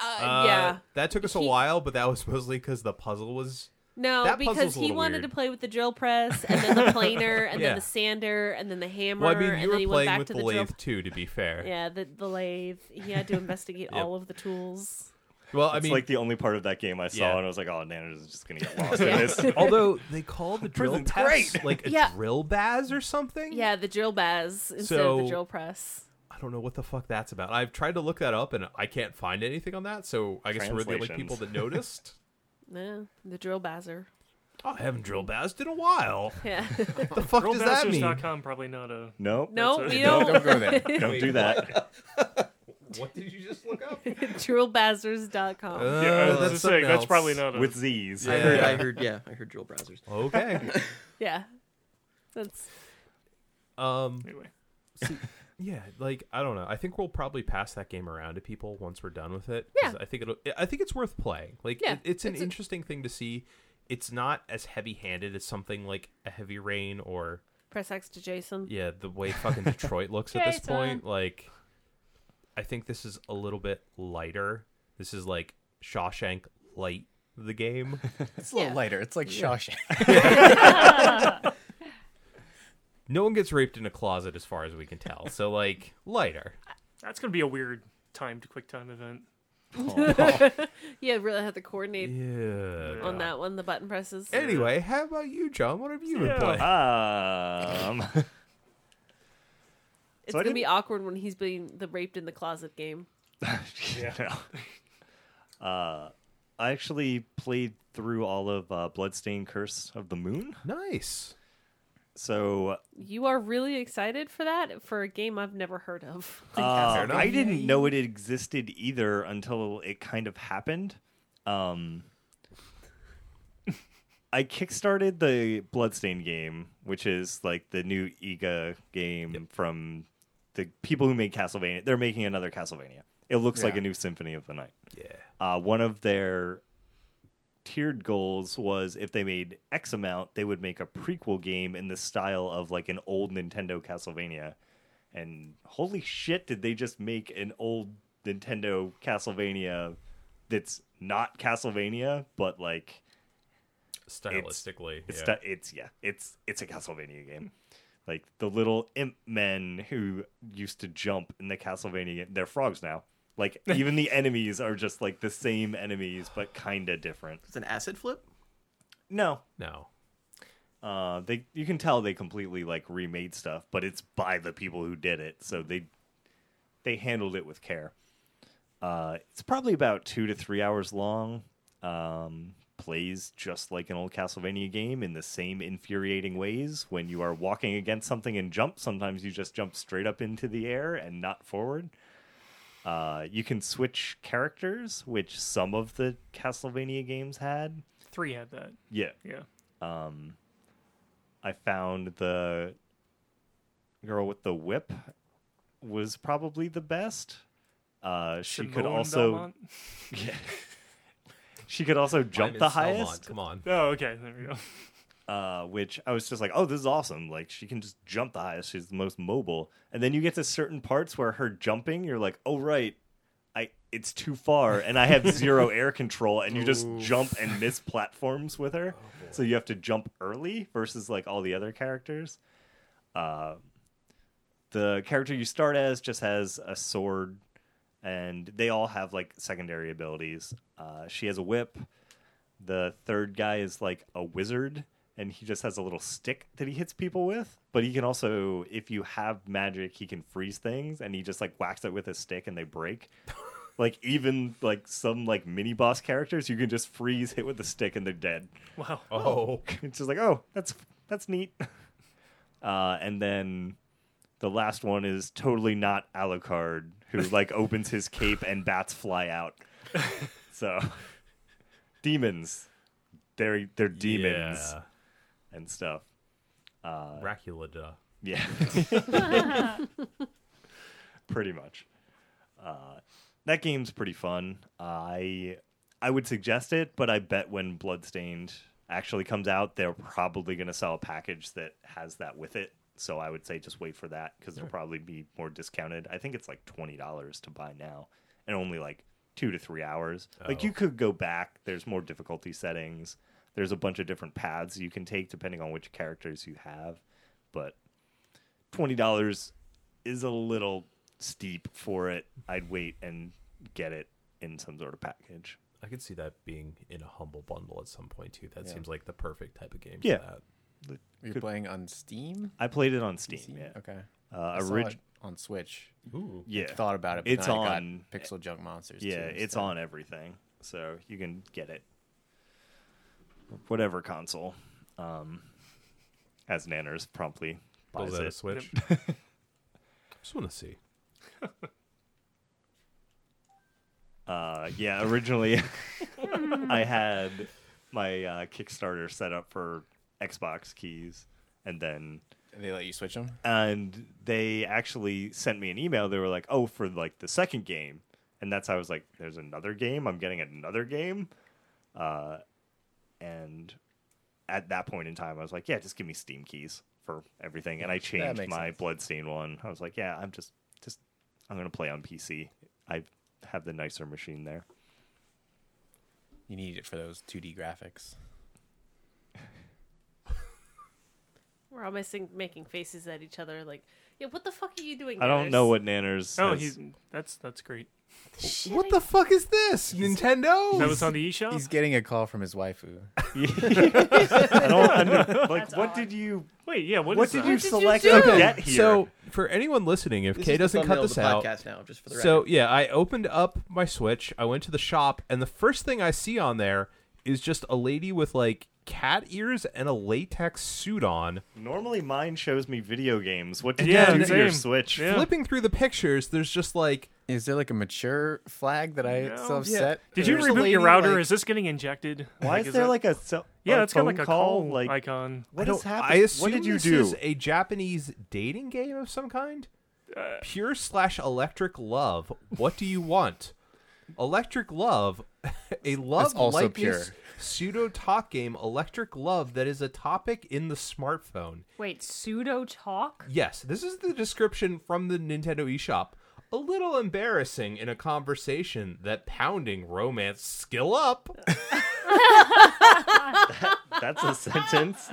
S2: uh,
S3: Uh,
S2: yeah
S3: that took us a
S2: He-
S3: while, but that was mostly because the puzzle was
S2: No,
S3: That puzzle's
S2: because
S3: a
S2: he
S3: little
S2: wanted
S3: weird.
S2: to play with the drill press and then the planer and
S3: Yeah.
S2: then the sander and then the hammer
S3: Well, I mean, you
S2: and then he
S3: were
S2: went
S3: playing
S2: back
S3: with
S2: to
S3: the,
S2: the, drill.
S3: lathe too, to be fair.
S2: Yeah, the, the lathe. He had to investigate
S3: Yep.
S2: all of the tools.
S3: Well, I
S4: It's
S3: mean,
S4: like the only part of that game I saw,
S3: Yeah.
S4: and I was like, oh, Nanners is just going to get lost in
S2: Yeah.
S4: this.
S3: although they call the drill
S4: Prison's
S3: test
S4: great.
S3: like a
S2: Yeah.
S3: drill baz or something.
S2: Yeah, the drill baz instead of
S3: So-
S2: the drill press.
S3: I don't know what the fuck that's about. I've tried to look that up and I can't find anything on that. So I guess we're the only
S4: Translations.
S3: people that noticed.
S2: Yeah, the drill bazzer.
S3: oh, I haven't drill bazed in a while.
S2: Yeah.
S3: The fuck does that mean?
S1: Drillbasters.com probably not a.
S4: No,
S2: no,
S1: That's it.
S2: we don't.
S7: Don't go there.
S4: don't do that.
S3: What did you just look up?
S2: Drillbazzers.com.
S3: Uh,
S1: Yeah, I was
S3: that's
S1: just
S3: something
S1: saying, that's
S3: else.
S1: probably not a.
S4: With Z's.
S5: I heard, I
S3: Yeah.
S5: heard, yeah, I heard drill browsers.
S3: okay.
S2: yeah. That's
S3: Um.
S1: Anyway.
S3: Yeah, like I don't know. I think we'll probably pass that game around to people once we're done with it. 'cause
S2: Yeah.
S3: I think it'll. I think it's worth playing. Like,
S2: Yeah,
S3: it, it's an
S2: it's a-
S3: interesting thing to see. It's not as heavy-handed as something like a Heavy Rain or
S2: press X to Jason.
S3: yeah, the way fucking Detroit looks at this
S6: Jason.
S3: point. Like, I think this is a little bit lighter. This is like Shawshank light the game.
S7: It's a little lighter. It's like Shawshank.
S3: no one gets raped in a closet, as far as we can tell. So like lighter.
S1: That's gonna be a weird timed quick time event.
S2: Yeah, really had to coordinate
S3: Yeah.
S2: on that one, the button presses.
S3: Anyway, how about you, John? What have you been
S1: Yeah.
S3: playing?
S4: Um,
S2: It's
S4: So I
S2: going to be
S4: didn't-
S2: awkward when he's being the raped in the closet game.
S4: yeah. uh, I actually played through all of uh, Bloodstained Curse of the Moon.
S3: Nice.
S4: So
S2: You are really excited for that for a game I've never heard of.
S4: Uh,
S3: Fair enough.
S4: I didn't know it existed either until it kind of happened. Um, I kickstarted the Bloodstain game, which is like the new EGA game from the people who made Castlevania. They're making another Castlevania. It looks like
S7: Yeah.
S4: a new Symphony of the Night.
S3: Yeah.
S4: Uh, one of their tiered goals was if they made X amount, they would make a prequel game in the style of like an old Nintendo Castlevania. And holy shit, did they just make an old Nintendo Castlevania that's not Castlevania, but like
S3: Stylistically.
S4: it's
S3: yeah.
S4: that it's yeah, it's it's a Castlevania game. Like the little imp men who used to jump in the Castlevania game. They're frogs now. Like even the enemies are just like the same enemies but kinda different.
S5: It's an acid flip.
S4: No.
S3: no.
S4: Uh they you can tell they completely like remade stuff, but it's by the people who did it, so they they handled it with care. Uh, it's probably about two to three hours long. Um, plays just like an old Castlevania game in the same infuriating ways. When you are walking against something and jump, sometimes you just jump straight up into the air and not forward. Uh, you can switch characters, which some of the Castlevania games had.
S1: Three had that.
S4: Yeah,
S1: Yeah.
S4: I found the girl with the whip was probably the best. Uh, she could
S1: Simone
S4: also
S1: Belmont?
S4: she could also
S3: I'm
S4: jump
S3: in
S4: the
S3: Selmont,
S4: highest,
S3: Come on.
S1: Oh, okay. There we go.
S4: uh, which I was just like, oh, this is awesome! Like she can just jump the highest. She's the most mobile. And then you get to certain parts where her jumping, you're like, oh right, I it's too far, and I have zero air control, and you just jump and miss platforms with her. so you have to jump early versus like all the other characters. Uh, the character you start as just has a sword and they all have like secondary abilities uh, she has a whip the third guy is like a wizard and he just has a little stick that he hits people with but he can also if you have magic he can freeze things and he just like whacks it with his stick and they break like even like some like mini boss characters you can just freeze hit with a stick and they're dead
S1: Wow.
S3: Oh,
S4: it's just like oh that's that's neat uh, and then the last one is totally not alucard who like opens his cape and bats fly out so demons they're they're demons Uh,
S3: Yeah.
S4: and stuff
S3: Dracula. duh.
S4: yeah pretty much uh, that game's pretty fun i i would suggest it but i bet when bloodstained actually comes out they're probably going to sell a package that has that with it so i would say just wait for that because it'll probably be more discounted i think it's like $20 to buy now and only like two to three hours like you could go back there's more difficulty settings there's a bunch of different paths you can take depending on which characters you have but twenty dollars is a little steep for it. I'd wait and get it in some sort of package.
S3: I could see that being in a humble bundle at some point too. That
S7: Yeah.
S3: seems like the perfect type of game
S4: Yeah.
S3: for that.
S7: You're
S4: Good.
S7: playing on Steam?
S4: I played it on Steam.
S7: Steam?
S4: Yeah,
S7: Okay.
S4: uh,
S7: I saw
S4: orig-
S7: it on Switch.
S3: Ooh.
S4: yeah,
S7: Thought about it. But
S4: It's
S7: then I
S4: on-
S7: got Pixel Junk Monsters.
S4: yeah.
S7: too,
S4: It's
S7: so-
S4: on everything, so you can get it, whatever console. Um, as Nanners promptly
S3: Was
S4: buys
S3: that a
S4: it.
S3: Switch? just want to see.
S4: Uh, yeah, originally I had my uh, Kickstarter set up for Xbox keys, and then
S7: They let you switch them.
S4: and they actually sent me an email. They were like, "Oh, for like the second game," and that's how I was like, "There's another game. I'm getting another game," uh, and at that point in time, I was like, "Yeah, just give me Steam keys for everything." And I changed
S7: makes
S4: my
S7: sense.
S4: Bloodstain one. I was like, "Yeah, I'm just just I'm gonna play on PC. I have the nicer machine there."
S7: You need it for those 2D graphics.
S2: We're all missing, making faces at each other, like, yeah, what the fuck are you doing?
S4: I don't
S2: Nanners?"
S4: know what Nanners.
S1: Oh,
S4: has-
S1: he's that's that's great.
S3: What the fuck is this? Nintendo?
S1: That was on the eShop.
S7: He's getting a call from his waifu.
S4: I don't under, like
S6: That's
S4: what
S6: odd.
S4: did you
S1: Wait, yeah. What,
S4: what
S1: is
S4: did
S1: that?
S4: you
S2: did you
S4: select
S2: do?
S4: to
S2: Okay,
S4: get here?
S3: So, for anyone listening, if
S5: This
S3: Kay
S5: is the
S3: doesn't
S5: thumbnail
S3: cut
S5: of
S3: this
S5: the
S3: out,
S5: podcast now, just for the
S3: so
S5: record.
S3: yeah, I opened up my Switch. I went to the shop, and the first thing I see on there is just a lady with like cat ears and a latex suit on.
S4: Normally, mine shows me video games. What did
S1: Yeah,
S4: you do to your
S1: same.
S4: Switch?
S1: Yeah.
S3: Flipping through the pictures, there's just like
S7: Is there like a mature flag that I
S1: No.
S7: so upset?
S1: Did you
S7: There's a
S1: reboot your
S7: lady,
S1: router?
S7: like-
S1: is this getting injected?
S4: Why is there
S1: that-
S4: like a cell?
S1: yeah?
S4: a
S1: It's got
S4: phone
S1: like a
S4: call?
S1: call,
S4: like
S1: icon.
S4: what
S3: I
S4: is
S3: don't-
S4: happening?
S3: I assume
S4: what did you
S3: this
S4: do?
S3: is a Japanese dating game of some kind. Pure slash electric love. What do you want? Electric love, a love
S7: also
S3: likeness
S7: pure.
S3: pseudo talk game. Electric love that is a topic in the smartphone.
S6: Wait, pseudo talk?
S3: Yes, this is the description from the Nintendo eShop. A little embarrassing in a conversation that pounding romance skill up
S4: That's a sentence.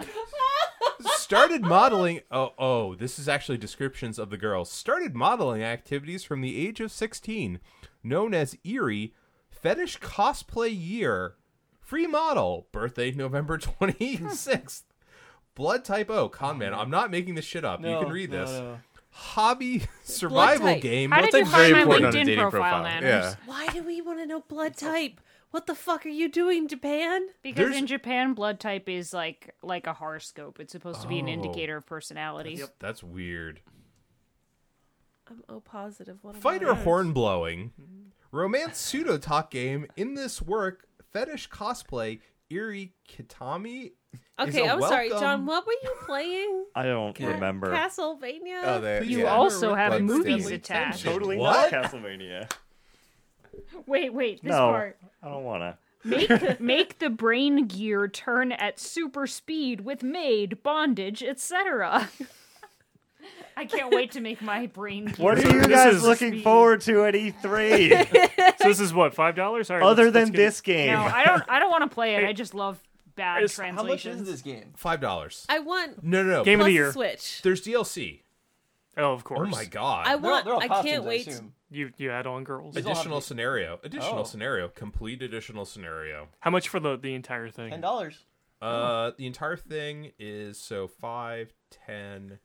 S3: started modeling. Oh, oh, this is actually descriptions of the girls. Started modeling activities from the age of 16, known as Eerie Fetish Cosplay Year. Free model, birthday November 26th. Blood type O, con man. I'm not making this shit up. you can read this. hobby survival
S2: type.
S3: game.
S6: How
S3: What's that
S6: did you
S3: very
S6: find my
S3: important?
S6: link? LinkedIn profile, Manners.
S2: Why do we want to know blood type? What the fuck are you doing, Japan?
S6: Because
S3: There's-
S6: in Japan, blood type is like like a horoscope. It's supposed to be an
S3: Oh.
S6: indicator of personality.
S3: That's weird.
S2: I'm O positive. What am
S3: Oh, Fighter
S2: I?
S3: horn blowing, romance pseudo talk game. In this work, fetish cosplay, eerie kitami. is
S2: Okay,
S3: a
S2: I'm sorry, John.
S3: welcome-
S2: What were you playing?
S4: I don't remember.
S2: Castlevania.
S7: Oh, there.
S3: Please
S6: You
S7: yeah.
S6: also have
S7: Like
S6: movies
S7: Stanley
S6: attached.
S7: Tension.
S4: totally
S3: What?
S4: not Castlevania.
S6: Wait, wait, this
S4: no,
S6: part.
S4: I don't want to.
S6: Make make the brain gear turn at super speed with maid, bondage, etc. I can't wait to make my brain gear.
S4: What are you
S1: this
S4: guys
S1: is-
S4: looking forward to at E3?
S1: So this is what five dollars?
S4: Other than this game,
S6: No, I don't I don't want to play it. I just love bad
S1: It's- how
S5: How much
S6: translations.
S5: is this game?
S3: Five dollars.
S2: I want
S3: No, no, no.
S1: Game of
S2: plus
S1: the year.
S2: Switch.
S3: There's DLC.
S1: Oh, of course.
S3: Oh my god.
S2: I
S5: They're all-
S2: want.
S5: they're all
S2: I
S5: costumes,
S2: can't wait.
S5: assume.
S1: You you add on girls.
S3: additional scenario. Additional
S5: Oh.
S3: scenario. Complete additional scenario.
S1: How much for the the entire thing?
S5: Ten dollars.
S2: Oh.
S3: Uh, the entire thing is so 5, 10,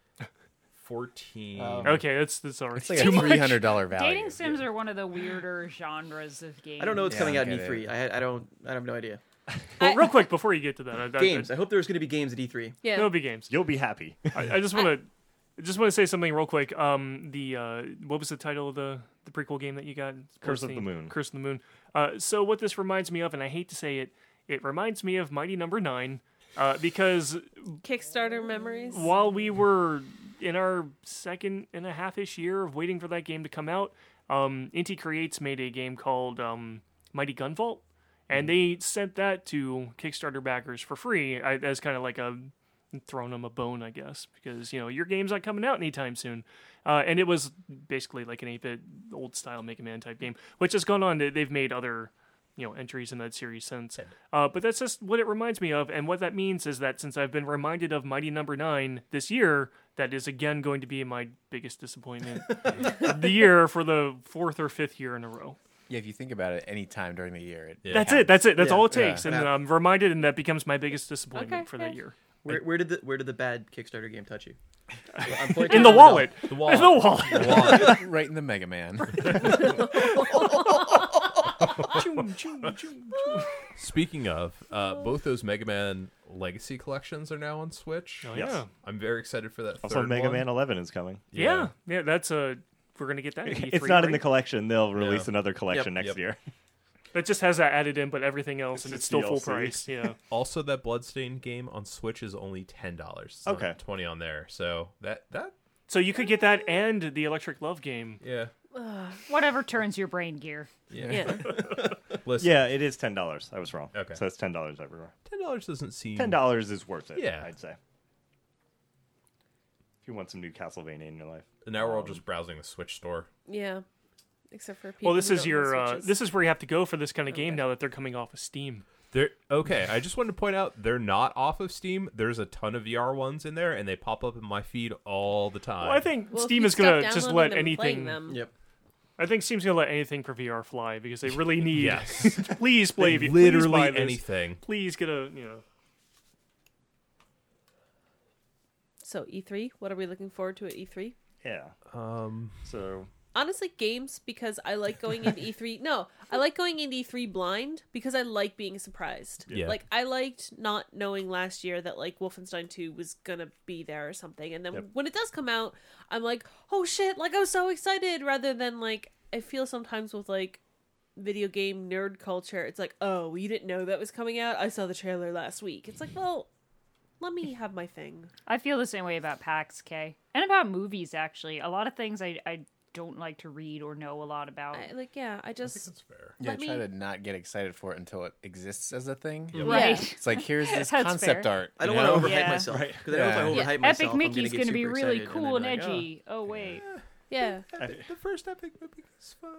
S3: 14.
S5: Um,
S2: Oh.
S1: Okay, that's that's already
S7: It's like
S1: too
S7: a three
S1: much.
S7: hundred dollar value.
S6: Dating sims are one of the weirder genres of games.
S5: I don't know what's
S7: Yeah,
S5: coming
S7: I
S5: out in
S7: get
S5: E3.
S7: it.
S5: I, I don't. I have no idea.
S1: Well, real quick before you get to that, I, I,
S5: Games. I hope there's going to be games at E E3.
S1: I,
S2: Yeah.
S1: there'll be games.
S4: you'll be happy.
S1: I, I just want to I just want to say something real quick. Um, the uh, what was the title of the the prequel game that you got?
S4: Curse of
S1: Cursed
S4: the Moon.
S1: Curse of the Moon. Uh, so what this reminds me of, and I hate to say it, it reminds me of Mighty Number Nine, uh, because
S2: Kickstarter memories.
S1: while we were in our second and a half ish year of waiting for that game to come out, um, Inti Creates made a game called um, Mighty Gun Vault, and
S4: Mm-hmm.
S1: they sent that to Kickstarter backers for free I- as kind of like a throwing them a bone, I guess, because you know your game's not coming out anytime soon. Uh, and it was basically like an 8-bit old style Mega Man type game, which has gone on. They- They've made other you know entries in that series since. Uh, but that's just what it reminds me of, and what that means is that since I've been reminded of Mighty Number Nine this year, that is again going to be my biggest disappointment of the year for the fourth or fifth year in a row.
S7: Yeah, if you think about it, any time during the year, it,
S3: Yeah.
S1: That's it. That's it. That's
S5: Yeah.
S1: all it takes,
S5: Yeah.
S1: and I'm reminded, and that becomes my biggest disappointment
S2: Okay,
S1: for
S2: yeah.
S1: that year.
S5: Where, where did the Where did the bad Kickstarter game touch you? I'm pointing
S1: In the
S5: at
S1: wallet.
S3: The
S1: In
S3: wallet.
S1: the wallet.
S7: right in the Mega Man.
S3: Speaking of, uh,
S2: Oh.
S3: both those Mega Man Legacy collections are now on Switch.
S1: Oh,
S4: Yes.
S1: Yeah.
S3: I'm very excited for that.
S4: Also,
S3: third
S4: Mega
S3: one.
S4: Man 11 is coming.
S1: Yeah, yeah, that's a we're gonna get that. at E3,
S4: It's not in the
S1: right?
S4: collection. They'll release another collection next
S3: Yep.
S4: year.
S1: That just has that added in, but everything else, and it's
S4: just
S1: still full
S4: DLC.
S1: price. Yeah,
S3: Also, that Bloodstained game on Switch is only ten dollars.
S4: Okay.
S3: twenty on there. So that that
S1: so you could get that and the Electric Love game.
S3: yeah
S6: Whatever turns your brain gear.
S3: yeah.
S2: yeah.
S3: Listen,
S4: Yeah, it is ten dollars. I was wrong.
S3: Okay.
S4: so that's ten dollars everywhere.
S3: ten dollars doesn't
S1: Mm.
S3: seem
S4: Ten dollars is worth it.
S3: Yeah.
S4: I'd say. If you want some new Castlevania in your life,
S3: And now we're all just browsing the Switch store.
S2: Yeah. Except for people.
S1: Well, this
S2: who
S1: is
S2: don't
S1: your
S2: have
S1: uh,
S2: Switches.
S1: this is where you have to go for this kind of game now that they're coming off of Steam.
S3: They're okay. I just wanted to point out they're not off of Steam. There's a ton of VR ones in there, and they pop up in my feed all the time.
S1: Well, I think
S2: Well, if
S1: Steam
S2: you
S1: is gonna
S2: stop
S1: just
S2: downloading
S1: let
S2: them and playing
S1: anything.
S2: Them.
S5: Yep.
S1: I think Steam's gonna let anything for VR fly because they really need.
S3: yes,
S1: Please play. if you- please
S3: literally
S1: buy this.
S3: anything.
S1: Please get a you know.
S2: So E3, what are we looking forward to at E3?
S4: yeah.
S3: Um,
S4: So
S2: Honestly, games because I like going into E3. No, I like going into E3 blind because I like being surprised.
S3: Yeah.
S2: Like I liked not knowing last year that like Wolfenstein 2 was gonna be there or something, and then when it does come out, I'm like, oh shit! Like I was so excited. Rather than like I feel sometimes with like video game nerd culture, it's like, oh, you didn't know that was coming out. I saw the trailer last week. It's like, well, let me have my thing.
S6: I feel the same way about PAX K and about movies. Actually, a lot of things I, I don't like to read or know a lot about.
S2: I, like yeah, I just
S3: that's fair.
S7: Yeah,
S2: Let
S7: try
S2: me-
S7: to not get excited for it until it exists as a thing.
S2: Right.
S7: It's like here's this
S6: That's
S7: concept
S6: fair.
S7: art.
S5: I don't
S7: you
S5: want
S7: know?
S5: to overhype
S6: Yeah.
S5: myself because I know if I
S2: Yeah.
S5: overhype myself,
S6: Epic Mickey's
S5: going to
S6: be really cool and, edgy. Oh, wait.
S2: yeah.
S3: The first epic movie was fun.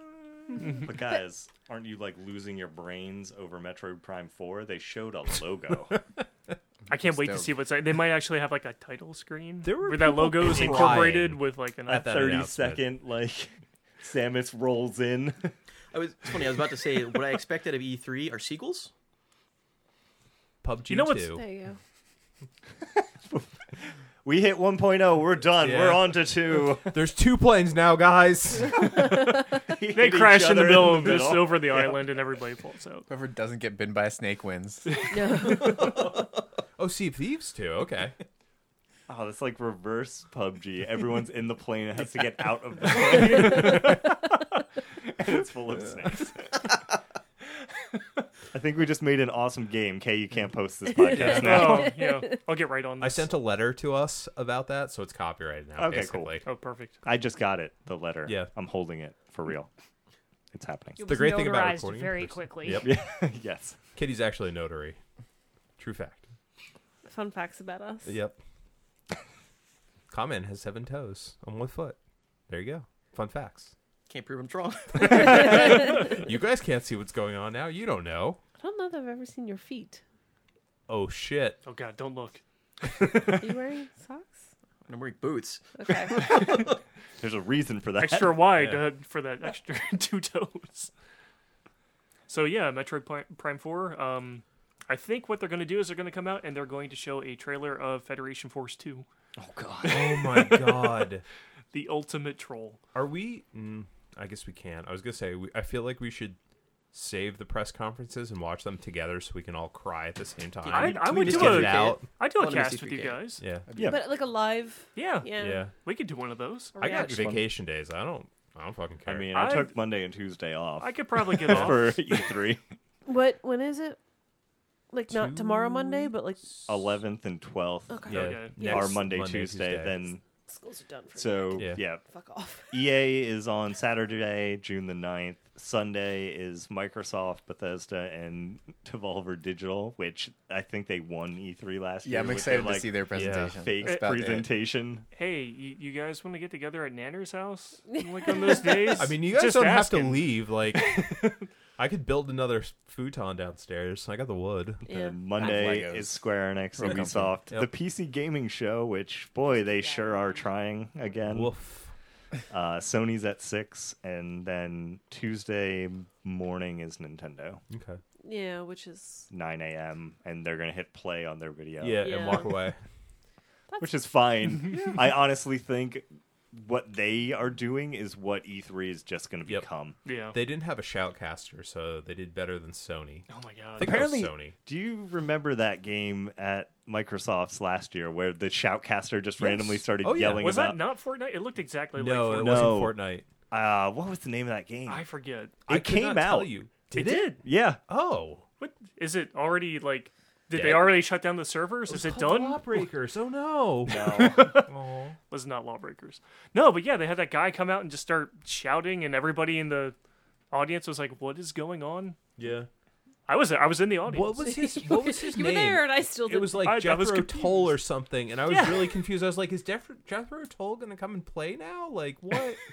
S4: But guys, aren't you like losing your brains over Metroid Prime Four? They showed a logo.
S1: I can't wait to
S7: stoked.
S1: see what's. They might actually have like a title screen
S3: There were
S1: where that
S3: people
S1: logo is
S3: crying
S1: incorporated with like an
S4: a
S3: that
S4: thirty
S3: announcement.
S4: second like Samus rolls in.
S5: I was it's funny. I was about to say what I expected of E3 are sequels.
S3: PUBG
S1: You know what's-
S3: Two.
S2: There you go.
S4: we hit 1.0. We're done.
S7: Yeah.
S4: We're on to two.
S7: There's two planes now, guys.
S1: They crash in the middle of just over the island, and everybody falls out.
S7: Whoever doesn't get bitten by a snake wins.
S3: Oh, Sea of Thieves too. Okay.
S4: Oh, that's like reverse PUBG. Everyone's in the plane and has to get out of the plane. and it's full of snakes. I think we just made an awesome game. Kay, you can't post this podcast now.
S1: Oh, yeah. I'll get right on
S3: I
S1: this.
S3: sent a letter to us about that, so it's copyrighted now.
S4: Okay, cool.
S3: basically.
S1: Oh, perfect.
S4: I just got it, the letter.
S3: Yeah.
S4: I'm holding it for real. It's happening.
S6: It
S3: The
S6: was
S3: great thing about
S6: notarized
S3: recording in
S6: very
S3: person-
S6: quickly.
S3: Yep.
S4: yes.
S3: Kitty's actually a notary. True fact.
S2: Fun facts about us.
S3: Yep. Common has seven toes on one foot. There you go. Fun facts.
S5: Can't prove I'm wrong.
S3: You guys can't see what's going on now. You don't know.
S2: I don't know that I've ever seen your feet.
S3: Oh shit.
S1: Oh god, don't look.
S2: Are you wearing socks?
S5: I'm wearing boots.
S2: Okay.
S4: There's a reason for that.
S1: Extra wide uh, for that extra two toes. So yeah, Metroid Pri- Prime Four. Um, I think what they're going to do is they're going to come out and they're going to show a trailer of Federation Force Two,
S3: Oh my god.
S1: the ultimate troll.
S3: Are we? Mm, I guess we can. I was gonna say. We, I feel like we should save the press conferences and watch them together so we can all cry at the same time.
S1: I, I
S5: we
S1: would
S5: just
S1: do
S3: get
S5: can't
S1: a,
S3: it out.
S1: I do
S5: Let
S1: a
S5: me see
S1: cast
S5: if
S1: with
S5: we
S1: you
S5: can.
S1: guys.
S3: Yeah.
S2: But like a live.
S1: Yeah.
S2: Yeah.
S3: Yeah.
S1: we could do one of those.
S3: I got
S2: reaction.
S3: vacation days. I don't. I don't fucking
S4: I
S3: care.
S4: mean, I,
S1: I-
S4: took Monday and Tuesday off
S1: I could probably get off.
S4: for E E3.
S2: What? When is it? Like not tomorrow Monday, but like
S4: 11th and 12th
S2: okay.
S3: yeah.
S1: Okay.
S2: Yeah.
S4: are
S3: next
S4: Monday, Tuesday, Then
S2: Schools are done for.
S4: so
S3: Yeah.
S4: yeah,
S2: fuck off.
S4: EA E is on Saturday, June the 9th. Sunday is Microsoft, Bethesda, and Devolver Digital, which I think they won E3 last year.
S7: Yeah, I'm
S4: with
S7: excited
S4: their,
S7: to see their presentation.
S4: like, fake
S7: That's about it.
S4: presentation.
S1: Hey, you, you guys want to get together at Nanner's house? Like on those days?
S3: I mean, you guys
S1: Just
S3: don't have to
S1: asking.
S3: leave. Like, I could build another futon downstairs. I got the wood.
S2: Yeah.
S4: And Monday
S7: Legos.
S4: is Square Enix, Ubisoft, the PC gaming show, which boy, they sure are trying again.
S3: Woof.
S4: Uh, Sony's at six, and then Tuesday morning is Nintendo,
S3: Okay.
S2: Yeah, which is
S4: nine a.m., and they're gonna hit play on their video.
S3: Yeah,
S2: Yeah.
S3: and walk away.
S4: which is fine. I honestly think what they are doing is what E3 is just going to
S3: Yep.
S4: become.
S1: yeah.
S3: They didn't have a shoutcaster, so they did better than Sony.
S1: oh my
S3: I
S1: god.
S3: think that was
S4: Apparently-
S3: Sony.
S4: Do you remember that game at Microsoft's last year where the shoutcaster just randomly started
S3: Oh, yeah.
S4: yelling
S1: Was that
S4: about
S1: not Fortnite? It looked exactly
S3: No,
S1: like
S3: it
S1: Fortnite.
S4: No.
S3: wasn't Fortnite.
S4: uh what was the name of that game?
S1: I forget.
S3: I could
S4: It came
S3: not tell
S4: out.
S3: you.
S1: It did.
S4: Yeah.
S3: Oh.
S1: What is it already like? Did they
S3: Dead?
S1: already shut down the servers? Is it done?
S3: Lawbreakers. Oh no.
S1: was not lawbreakers. No, but yeah, they had that guy come out and just start shouting, and everybody in the audience was like, "What is going on?"
S3: Yeah.
S1: I was I was in the audience.
S3: What was his What was his
S2: you
S3: name?
S2: were there, and I still did.
S3: It was like
S1: I- I was
S3: Jethro Tull or
S1: confused.
S3: something, and I was
S1: Yeah.
S3: really confused. I was like, "Is Jeff- Jethro Tull going to come and play now? Like what?"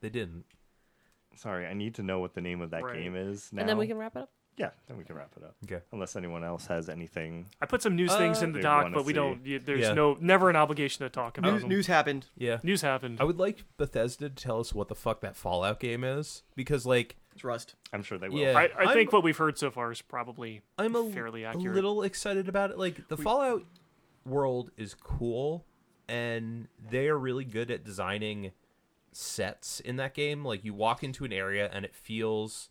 S3: They didn't.
S4: Sorry, I need to know what the name of that
S1: Right.
S4: game is now.
S2: and then we can wrap it up.
S4: Yeah, then we can wrap it up.
S3: Okay.
S4: Unless anyone else has anything.
S1: I put some news things
S3: Uh,
S1: in the
S4: They
S1: doc,
S4: wanna
S1: but we
S4: see.
S1: don't. You, there's
S3: Yeah.
S1: no never an obligation to talk about
S5: News,
S1: them.
S5: news happened.
S3: Yeah.
S1: News happened.
S3: I would like Bethesda to tell us what the fuck that Fallout game is because, like,
S5: It's Rust.
S4: I'm sure they will.
S3: Yeah.
S1: I, I think
S3: I'm-
S1: what we've heard so far is probably
S3: I'm a,
S1: fairly
S3: a
S1: accurate.
S3: little excited about it. Like, the Fallout world is cool, and they are really good at designing sets in that game. Like, you walk into an area and it feels.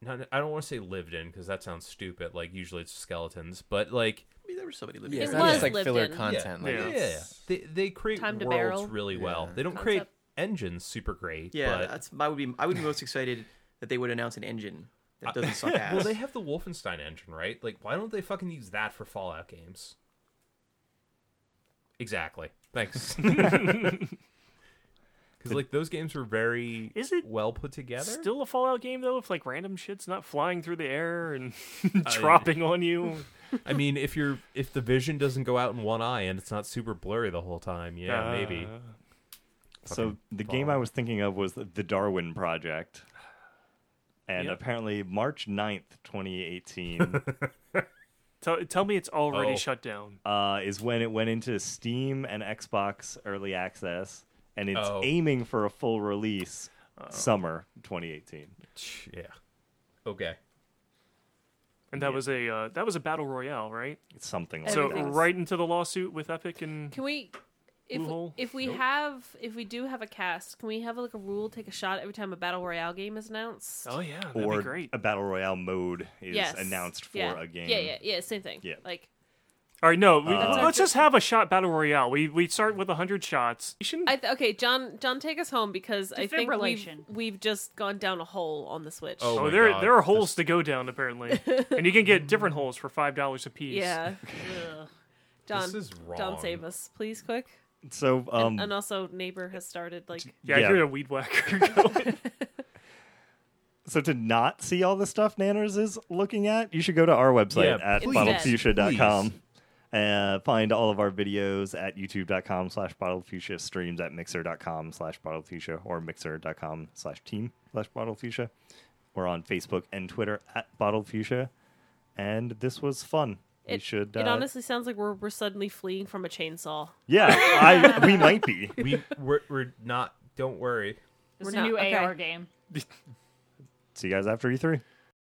S3: Not, I don't want to say lived in because that sounds stupid. Like, usually it's skeletons, but like,
S5: I mean, there was somebody living
S2: It
S7: Yeah, it's
S5: there.
S7: not
S2: was
S7: just like
S2: lived
S7: filler
S2: in. Yeah.
S7: content. Like,
S1: Yeah.
S3: yeah,
S7: it's-
S3: they, they create
S2: Time to
S3: worlds
S2: barrel.
S3: really well.
S7: Yeah.
S3: They don't create
S2: Concept.
S3: engines super great.
S5: Yeah,
S3: but...
S5: that's my would be. I would be most excited that they would announce an engine that doesn't suck ass.
S3: Well, they have the Wolfenstein engine, right? Like, why don't they fucking use that for Fallout games? Exactly. Thanks. Because like those games were very
S1: Is it
S3: well put together.
S1: Still a Fallout game though, if like random shit's not flying through the air and dropping on you.
S3: I mean, if you're if the vision doesn't go out in one eye and it's not super blurry the whole time, yeah,
S1: Uh,
S3: maybe.
S4: So the game I was thinking of was the Darwin Project. And
S1: Yep.
S4: apparently March 9th, 2018
S1: Tell, tell me it's already
S3: Oh.
S1: shut down.
S4: uh, is when it went into Steam and Xbox early access, and it's
S3: Oh.
S4: aiming for a full release summer 2018.
S3: Yeah. Okay.
S1: and that was a uh, that was a battle royale, right?
S4: It's something like
S1: So
S4: that.
S2: Everything's-
S1: right into the lawsuit with Epic and
S2: Can we, if
S1: Loophole?
S2: if we have if we do have a cast, can we have like a rule take a shot every time a battle royale game is announced?
S1: oh yeah, that'd
S4: Or
S1: be great.
S4: a battle royale mode is
S2: yes.
S4: announced for
S2: yeah.
S4: a game.
S2: Yeah, yeah, yeah. Same thing.
S4: Yeah.
S2: Like
S1: All right, no, we,
S3: Uh,
S2: That's
S1: let's
S2: actually-
S1: just have a shot battle royale. We we start with hundred shots. You shouldn't-
S2: I Oh th- okay, John. John, take us home because I think we've
S6: Defibrillation.
S2: we've just gone down a hole on the Switch.
S7: Oh.
S1: Oh,
S7: my
S1: there
S7: God.
S1: there are holes to go down apparently, and you can get different holes for five dollars a piece.
S2: yeah. Ugh. John,
S3: This is
S2: John,
S3: wrong.
S2: save us, please, quick.
S4: So um,
S2: And, and also, neighbor has started like
S1: yeah,
S4: Yeah.
S1: I hear a weed whacker.
S4: so to not see all the stuff Nanners is looking at, you should go to our website
S3: Yeah,
S4: at
S3: please.
S4: bottledfuchsia.com. Uh, find all of our videos at youtube.com slash bottledfuchsia, streams at mixer.com slash bottledfuchsia, or mixer.com slash team slash bottledfuchsia. We're on Facebook and Twitter at bottledfuchsia. And this was fun. we
S2: it.
S4: should.
S2: it
S4: uh,
S2: honestly sounds like we're we're suddenly fleeing from a chainsaw.
S4: yeah, I, we might be.
S3: we we're, we're not. Don't worry.
S6: It's
S2: We're
S6: a
S2: not-
S6: new
S2: okay.
S6: AR game.
S4: See you guys after E E3.